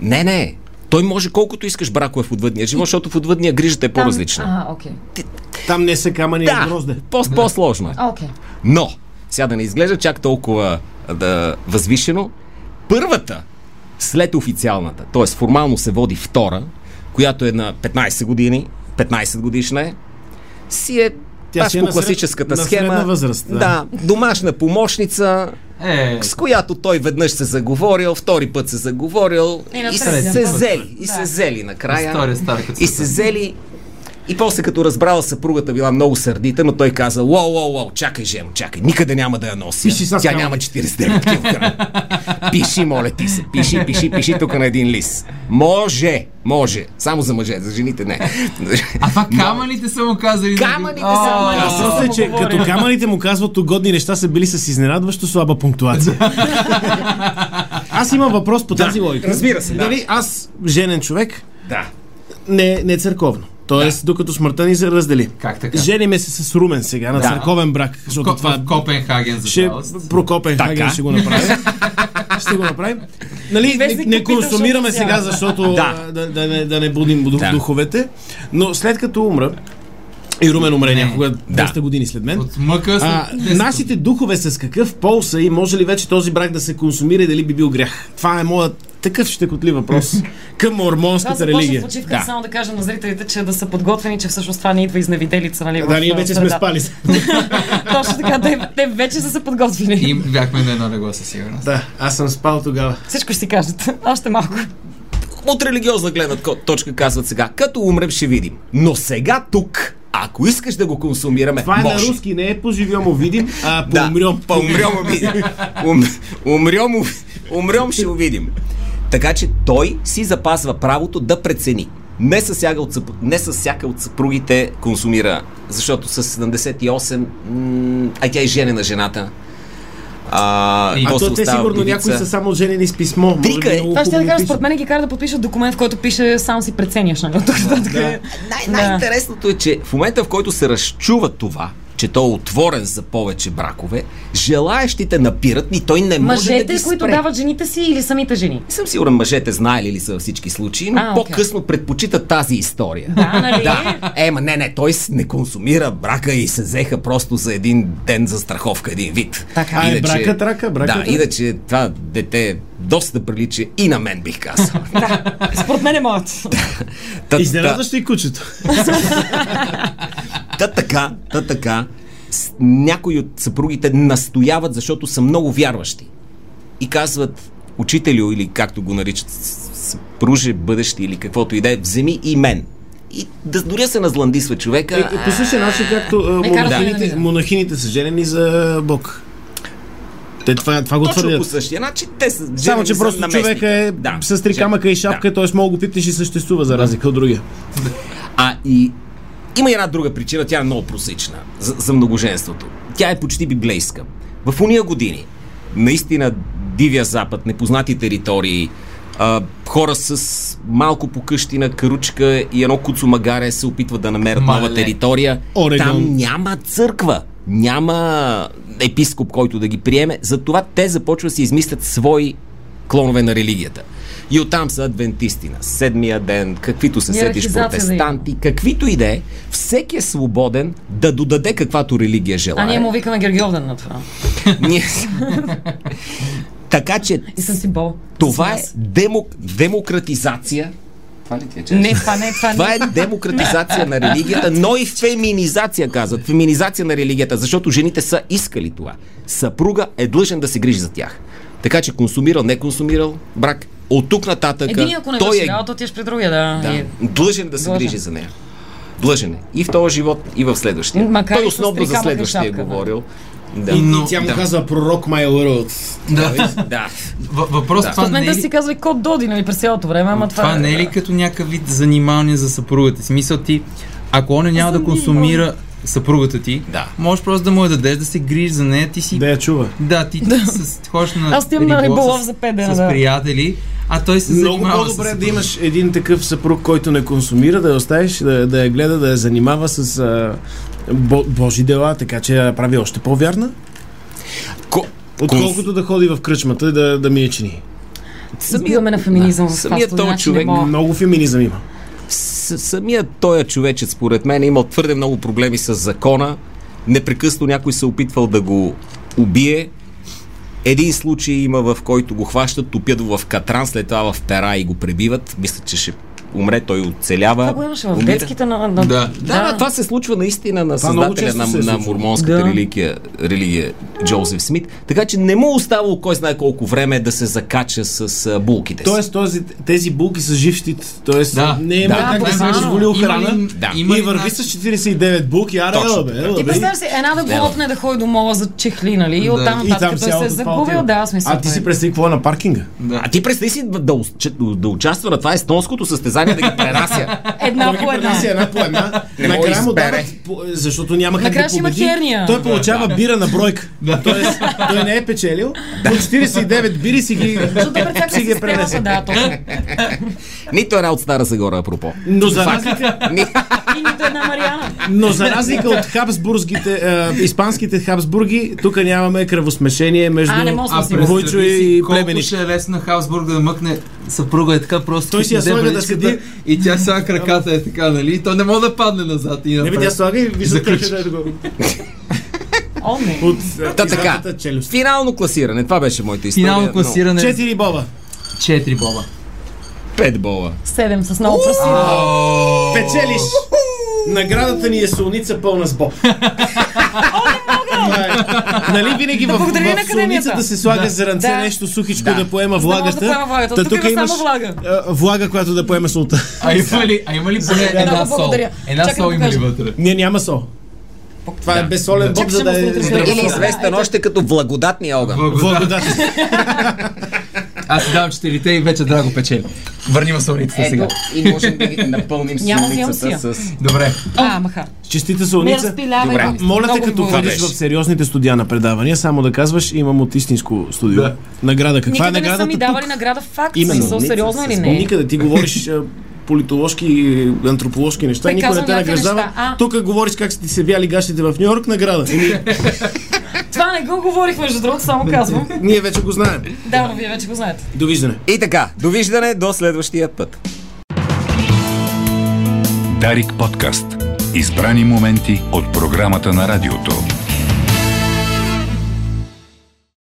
Speaker 6: Не, не. Той може колкото искаш бракове в отвъдния живот, защото в отвъдния грижата е
Speaker 5: Там-
Speaker 6: по-различна.
Speaker 5: А, окей.
Speaker 4: Там не са камъни, а
Speaker 6: Да,
Speaker 4: Е, грозде.
Speaker 6: по- по-сложно е.
Speaker 5: А, окей.
Speaker 6: Но, сега да не изглежда чак толкова а, да, възвишено, първата след официалната, т.е. формално се води втора, която е на 15 години, 15 годишна е, си е
Speaker 4: Тя
Speaker 6: Тя
Speaker 4: си е
Speaker 6: по
Speaker 4: на сред-
Speaker 6: класическата
Speaker 4: на средна
Speaker 6: схема.
Speaker 4: възраст, да.
Speaker 6: да, домашна помощница,
Speaker 7: Е,
Speaker 6: с която той веднъж се заговорил, втори път се заговорил
Speaker 5: И на
Speaker 6: и се,
Speaker 5: третия
Speaker 6: се
Speaker 5: път.
Speaker 6: зели. И
Speaker 5: Да.
Speaker 6: се зели накрая.
Speaker 7: История е стара като
Speaker 6: И
Speaker 7: света.
Speaker 6: се зели. И после като разбрала съпругата била много сърдита, но той каза, лоу, лоу, лоу, чакай, жем, чакай, никъде няма да я нося.
Speaker 4: Пиши сега с
Speaker 6: Тя
Speaker 4: камъни.
Speaker 6: няма 49 кг. пиши, моля ти се, пиши, пиши, пиши тук на един лист. Може, може, само за мъже, за жените не.
Speaker 7: а това камъните са му казали. да ги-
Speaker 6: Камъните са му
Speaker 7: А,
Speaker 6: казали.
Speaker 4: Въпросът е, че като камъните му казват угодни неща са били с изненадващо слаба пунктуация. Аз имам въпрос по тази логика.
Speaker 6: разбира се, да.
Speaker 4: Нали, аз, женен човек,
Speaker 6: да.
Speaker 4: не, не църковно. Тоест, докато смъртта ни се раздели.
Speaker 7: Как така?
Speaker 4: Жениме се с Румен сега на църковен брак, защото
Speaker 7: Ко-
Speaker 4: това е
Speaker 7: в Копенхаген за
Speaker 4: ще
Speaker 7: жалост.
Speaker 4: про Копенхаген ще го направим. ще го направим. Нали, не,
Speaker 5: Вестник
Speaker 4: не
Speaker 5: попитал,
Speaker 4: консумираме
Speaker 5: защото
Speaker 4: сега,
Speaker 5: сяда.
Speaker 4: защото да. Да, да, не, да не будим дух,
Speaker 6: Да.
Speaker 4: духовете, но след като умра, и Румен умре някога,
Speaker 6: Да.
Speaker 4: 200 години след мен,
Speaker 7: От мъка с...
Speaker 4: а, нашите духове с какъв пол са и може ли вече този брак да се консумира и дали би бил грях? Това е моят такъв щекотлив въпрос към
Speaker 5: Аз
Speaker 4: мормонската
Speaker 5: започнах
Speaker 4: религия.
Speaker 5: почивка само да кажа на зрителите, че да са подготвени, че всъщност това не идва изневиделица, нали?
Speaker 4: Да,
Speaker 5: в,
Speaker 4: ние
Speaker 5: а,
Speaker 4: вече сме
Speaker 5: средата.
Speaker 4: спали.
Speaker 5: Точно така, те, те вече са се подготвили.
Speaker 7: И бяхме на едно легло със сигурност.
Speaker 4: Да, аз съм спал тогава.
Speaker 5: Всичко ще си кажат. Още малко.
Speaker 6: от религиозна гледна ко- точка казват сега, като умрем ще видим. Но сега тук, ако искаш да го консумираме,
Speaker 4: Това е на
Speaker 6: може.
Speaker 4: руски, не е поживемо видим, а
Speaker 6: Да,
Speaker 4: поумрем.
Speaker 6: па умрем, видим. Ум, умрем, у- умрем, ще го видим. Така че той си запазва правото да прецени. Не с, всяка от, съпру- не с всяка от съпругите консумира, защото с 78, м- а тя е жена на жената. А,
Speaker 7: И-
Speaker 4: А
Speaker 6: после
Speaker 4: то те
Speaker 6: остава
Speaker 4: сигурно
Speaker 6: вдовица.
Speaker 4: някои са само женени с писмо. Може
Speaker 6: Трика
Speaker 4: би
Speaker 6: е.
Speaker 4: много
Speaker 5: Това ще да
Speaker 4: хубаво
Speaker 5: кажа,
Speaker 4: пишат.
Speaker 5: според мен ги кара да подпишат документ, в който пише сам си преценяш, нали? Тук нататък е-
Speaker 6: Най-
Speaker 5: Да.
Speaker 6: най-интересното е, че в момента, в който се разчува това, че той е отворен за повече бракове, желаещите напират и той не може да
Speaker 5: Мъжете,
Speaker 6: ги спре.
Speaker 5: които дават жените си или самите жени.
Speaker 6: Не съм сигурен мъжете знаели ли са във всички случаи, но
Speaker 5: А, окей.
Speaker 6: по-късно предпочитат тази история.
Speaker 5: Да, нали?
Speaker 6: Да, ема не, не, той с- не консумира брака и се взеха просто за един ден за страховка, един вид.
Speaker 5: Така.
Speaker 4: А, е, бракът рака, бракът
Speaker 6: Да,
Speaker 4: рака.
Speaker 6: иначе това дете доста прилича и на мен, бих казал.
Speaker 5: Според мен е моят.
Speaker 6: Та- та-
Speaker 4: Изненадващо и кучето.
Speaker 6: Та така, та така, с- някои от съпругите настояват, защото са много вярващи. И казват, учителю или както го наричат, с- съпруже, бъдещи или каквото и да е, вземи и мен. И да дори се назландисва човека.
Speaker 4: Е, по същия начин, както а,
Speaker 5: Е, карат
Speaker 4: монахините,
Speaker 5: да.
Speaker 4: монахините са женени за Бог. Те това, това го
Speaker 6: Точно по
Speaker 4: твърдят.
Speaker 6: същия начин те са женени
Speaker 4: Само, че
Speaker 6: за
Speaker 4: просто
Speaker 6: наместника.
Speaker 4: човека е
Speaker 6: Да,
Speaker 4: с три
Speaker 6: жен-
Speaker 4: камъка и шапка, т.е. мога го пипнеш и съществува за разлика от другия.
Speaker 6: А и има и една друга причина, тя е много просична за, за многоженството. Тя е почти библейска. В уния години, наистина дивия запад, непознати територии, а, хора с малко по къщи на каручка и едно куцомагаре се опитват да намерят
Speaker 7: Мале.
Speaker 6: нова територия.
Speaker 4: Орегон.
Speaker 6: Там няма църква, няма епископ, който да ги приеме. Затова те започват да си измислят свои клонове на религията. И оттам са адвентисти на седмия ден, каквито се сетиш
Speaker 5: Йерархизация да има.
Speaker 6: протестанти, каквито и да е, всеки е свободен да додаде каквато религия желае.
Speaker 5: А ние му викаме Гергиовден на това.
Speaker 6: Ние- така че
Speaker 5: И съм си бол.
Speaker 6: това е
Speaker 5: Съм аз.
Speaker 6: демо... демократизация. Това ли ти е, че?
Speaker 5: Не, това не е, това не
Speaker 6: Това
Speaker 5: е.
Speaker 6: е демократизация на религията, но и феминизация, казват. Феминизация на религията, защото жените са искали това. Съпруга е длъжен да се грижи за тях. Така че консумирал, не консумирал, брак. От тук нататък
Speaker 5: Един, ако не
Speaker 6: той
Speaker 5: беше
Speaker 6: е
Speaker 5: работа, отиваш при другия, да.
Speaker 6: да,
Speaker 5: И-
Speaker 6: длъжен да се
Speaker 5: Е, Длъжен.
Speaker 6: грижи за нея. Длъжен е. И в този живот, и в следващия.
Speaker 5: Макар
Speaker 6: той
Speaker 5: и с
Speaker 6: основно
Speaker 5: три
Speaker 6: за
Speaker 5: камъка
Speaker 6: следващия е
Speaker 5: шапка, да.
Speaker 6: говорил. Да.
Speaker 7: Но,
Speaker 4: Тя му
Speaker 7: да.
Speaker 4: казва пророк My World.
Speaker 7: Да.
Speaker 6: да.
Speaker 7: Въ- Въпрос това
Speaker 5: Според мен
Speaker 7: не
Speaker 5: те
Speaker 7: е
Speaker 5: си
Speaker 7: ли...
Speaker 5: казвали код Доди, нали, през цялото време, ама това...
Speaker 7: Това не е ли като някакъв вид занимание за съпругата? Смисъл ти, ако он няма да консумира съпругата ти,
Speaker 6: Да.
Speaker 7: можеш просто да му я дадеш да се грижи за нея, ти си
Speaker 4: Да я чува.
Speaker 7: Да, ти с, ходиш на
Speaker 5: Аз отивам на риболов
Speaker 7: с-
Speaker 5: за пет дена,
Speaker 7: С
Speaker 5: да.
Speaker 7: приятели, а той се
Speaker 4: Много
Speaker 7: занимава
Speaker 4: по-добре е
Speaker 7: с...
Speaker 4: да имаш един такъв съпруг, който не консумира, да я оставиш, да, да я гледа, да я занимава с а, бо, Божи дела, така че я прави още по-вярна.
Speaker 6: Ко...
Speaker 4: Отколкото да ходи в кръчмата и да, да ми я чини.
Speaker 5: Сбиваме на феминизъм в
Speaker 6: самият
Speaker 5: това,
Speaker 6: този
Speaker 5: начин
Speaker 6: човек-
Speaker 5: не мога.
Speaker 4: Много феминизъм има.
Speaker 6: С- самият той човечец, според мен, е имал твърде много проблеми с закона. Непрекъснато някой се е опитвал да го убие. Един случай има, в който го хващат, топят го в катран, след това в пера и го пребиват. Мисля, че ще умре, той оцелява.
Speaker 5: Това го имаше в
Speaker 6: умира.
Speaker 5: детските на... на...
Speaker 7: Да.
Speaker 6: Да, да, това се случва наистина на
Speaker 4: Това много
Speaker 6: създателя
Speaker 4: често
Speaker 6: на,
Speaker 4: се
Speaker 6: на
Speaker 4: случва.
Speaker 6: мормонската
Speaker 5: Да.
Speaker 6: религия, религия Джозеф Смит. Така че не му оставало кой знае колко време да се закача с а, булките си.
Speaker 4: Тоест, този, тези булки са жив щит. Тоест,
Speaker 7: Да.
Speaker 4: не е
Speaker 6: Да,
Speaker 4: да, как да си
Speaker 5: буквално.
Speaker 4: позволил
Speaker 7: Има ли-
Speaker 4: храна
Speaker 7: да.
Speaker 4: и
Speaker 7: Има ли
Speaker 4: върви с
Speaker 7: начин?
Speaker 4: 49 булки. Аре,
Speaker 6: Точно
Speaker 4: ела, бе,
Speaker 6: така.
Speaker 4: ела,
Speaker 5: Ти
Speaker 4: бе.
Speaker 5: представяш си, една да блокне да ходи до мола за чехли, нали? И оттам
Speaker 7: И
Speaker 4: И
Speaker 5: нататък
Speaker 4: там
Speaker 5: той се е
Speaker 4: цялото това
Speaker 5: загубил,
Speaker 4: отива.
Speaker 5: да, смисъл.
Speaker 4: А ти
Speaker 5: той-
Speaker 4: си представи какво е на паркинга?
Speaker 6: А ти представи си да, да, уч- да участва на това естонското състезание да ги прерася.
Speaker 5: Една по една.
Speaker 4: Си една по една.
Speaker 6: Не мога
Speaker 4: Накрая му
Speaker 6: избере.
Speaker 4: дават, по- защото няма как
Speaker 5: Накрая
Speaker 4: да
Speaker 5: ще има
Speaker 4: победи.
Speaker 5: херния.
Speaker 4: Той получава бира на бройка. Тоест, той не е печелил. По 49 бири си ги...
Speaker 5: Защото да прецакаш
Speaker 4: си ги
Speaker 5: системата,
Speaker 4: пренесе.
Speaker 5: да, точно.
Speaker 6: Нито една от Стара Загора, апропо.
Speaker 4: Но за разлика,
Speaker 5: И нито една Мариана.
Speaker 4: но за разлика от хабсбургските, а, испанските хабсбурги, тук нямаме кръвосмешение между
Speaker 5: А, не мога да съм
Speaker 7: А
Speaker 5: сигурна.
Speaker 4: Войчо
Speaker 7: представи си
Speaker 4: и
Speaker 7: колко
Speaker 4: племените.
Speaker 7: ще е лесно на Хаусбург да мъкне съпруга е така просто.
Speaker 4: Той си я
Speaker 7: като
Speaker 4: слага да
Speaker 7: дебеличката
Speaker 4: седи.
Speaker 7: И тя сега краката е така, нали? И то не може да падне назад и
Speaker 4: Не бе,
Speaker 7: напред.
Speaker 4: тя слага и вижда
Speaker 7: Заключи.
Speaker 4: как ще да го...
Speaker 5: О, не.
Speaker 4: От
Speaker 6: Та така.
Speaker 4: издатата челюст.
Speaker 6: Финално класиране. Това беше моята история.
Speaker 7: Финално класиране
Speaker 4: Четири боба.
Speaker 7: 4 боба.
Speaker 6: Но Пет бола.
Speaker 5: Седем с много пръсти.
Speaker 4: Печелиш! Наградата ни е солница пълна с боб. Това е. нали винаги
Speaker 5: Да
Speaker 4: в,
Speaker 5: благодаря на
Speaker 4: в
Speaker 5: академията.
Speaker 4: солницата се слага зеранце
Speaker 5: Да.
Speaker 4: нещо сухичко да, поема
Speaker 5: да може
Speaker 4: влагата.
Speaker 5: да поема влагата.
Speaker 4: Та
Speaker 5: Тук има само влага.
Speaker 4: а, влага, която да поема солта.
Speaker 3: А има ли, а има ли поне една
Speaker 5: Много
Speaker 3: сол?
Speaker 5: благодаря.
Speaker 3: Една
Speaker 5: Чакай
Speaker 3: сол
Speaker 5: да
Speaker 3: има ли
Speaker 5: покажа.
Speaker 3: вътре?
Speaker 4: Не, няма сол. Това е безсолен боб,
Speaker 5: Чакай,
Speaker 4: за
Speaker 5: ще
Speaker 4: да
Speaker 5: му
Speaker 4: е...
Speaker 5: сложите
Speaker 4: да е
Speaker 5: след.
Speaker 6: Или
Speaker 4: сол.
Speaker 6: известен още като влагодатния огън.
Speaker 4: Благодатен.
Speaker 3: Аз си давам четирите и вече драго печели. Върни масоницата сега.
Speaker 8: Ето, и можем да ги напълним
Speaker 5: Няма да имам
Speaker 8: солницата
Speaker 5: сия.
Speaker 8: с...
Speaker 3: Добре.
Speaker 5: А, маха.
Speaker 4: Честита
Speaker 5: Не
Speaker 4: солница.
Speaker 5: разпилявай.
Speaker 6: Добре.
Speaker 5: го.
Speaker 4: Моля те,
Speaker 5: Много ви
Speaker 4: като
Speaker 5: благодаря.
Speaker 4: ходиш в сериозните студия на предавания, само да казваш, имам от истинско студио.
Speaker 3: Да.
Speaker 4: Награда. Каква е
Speaker 5: Никъде не са
Speaker 4: наградата
Speaker 5: ми
Speaker 4: тук?
Speaker 5: давали награда факт.
Speaker 4: Именно.
Speaker 5: Смисъл, сериозно или не? е?
Speaker 4: Никъде ти говориш а, политоложки и антроположки неща,
Speaker 5: Той
Speaker 4: никой не
Speaker 5: казва
Speaker 4: те
Speaker 5: някакви
Speaker 4: награждава.
Speaker 5: неща. А.
Speaker 4: Тук говориш как са ти се вяли гащите в Нью Йорк, награда. Еми,
Speaker 5: Това не го говорих, между другото, само казвам.
Speaker 4: ние вече го знаем.
Speaker 5: Да, но вие вече го знаете.
Speaker 4: Довиждане.
Speaker 6: И така, довиждане до следващия път.
Speaker 1: Дарик подкаст. Избрани моменти от програмата на радиото.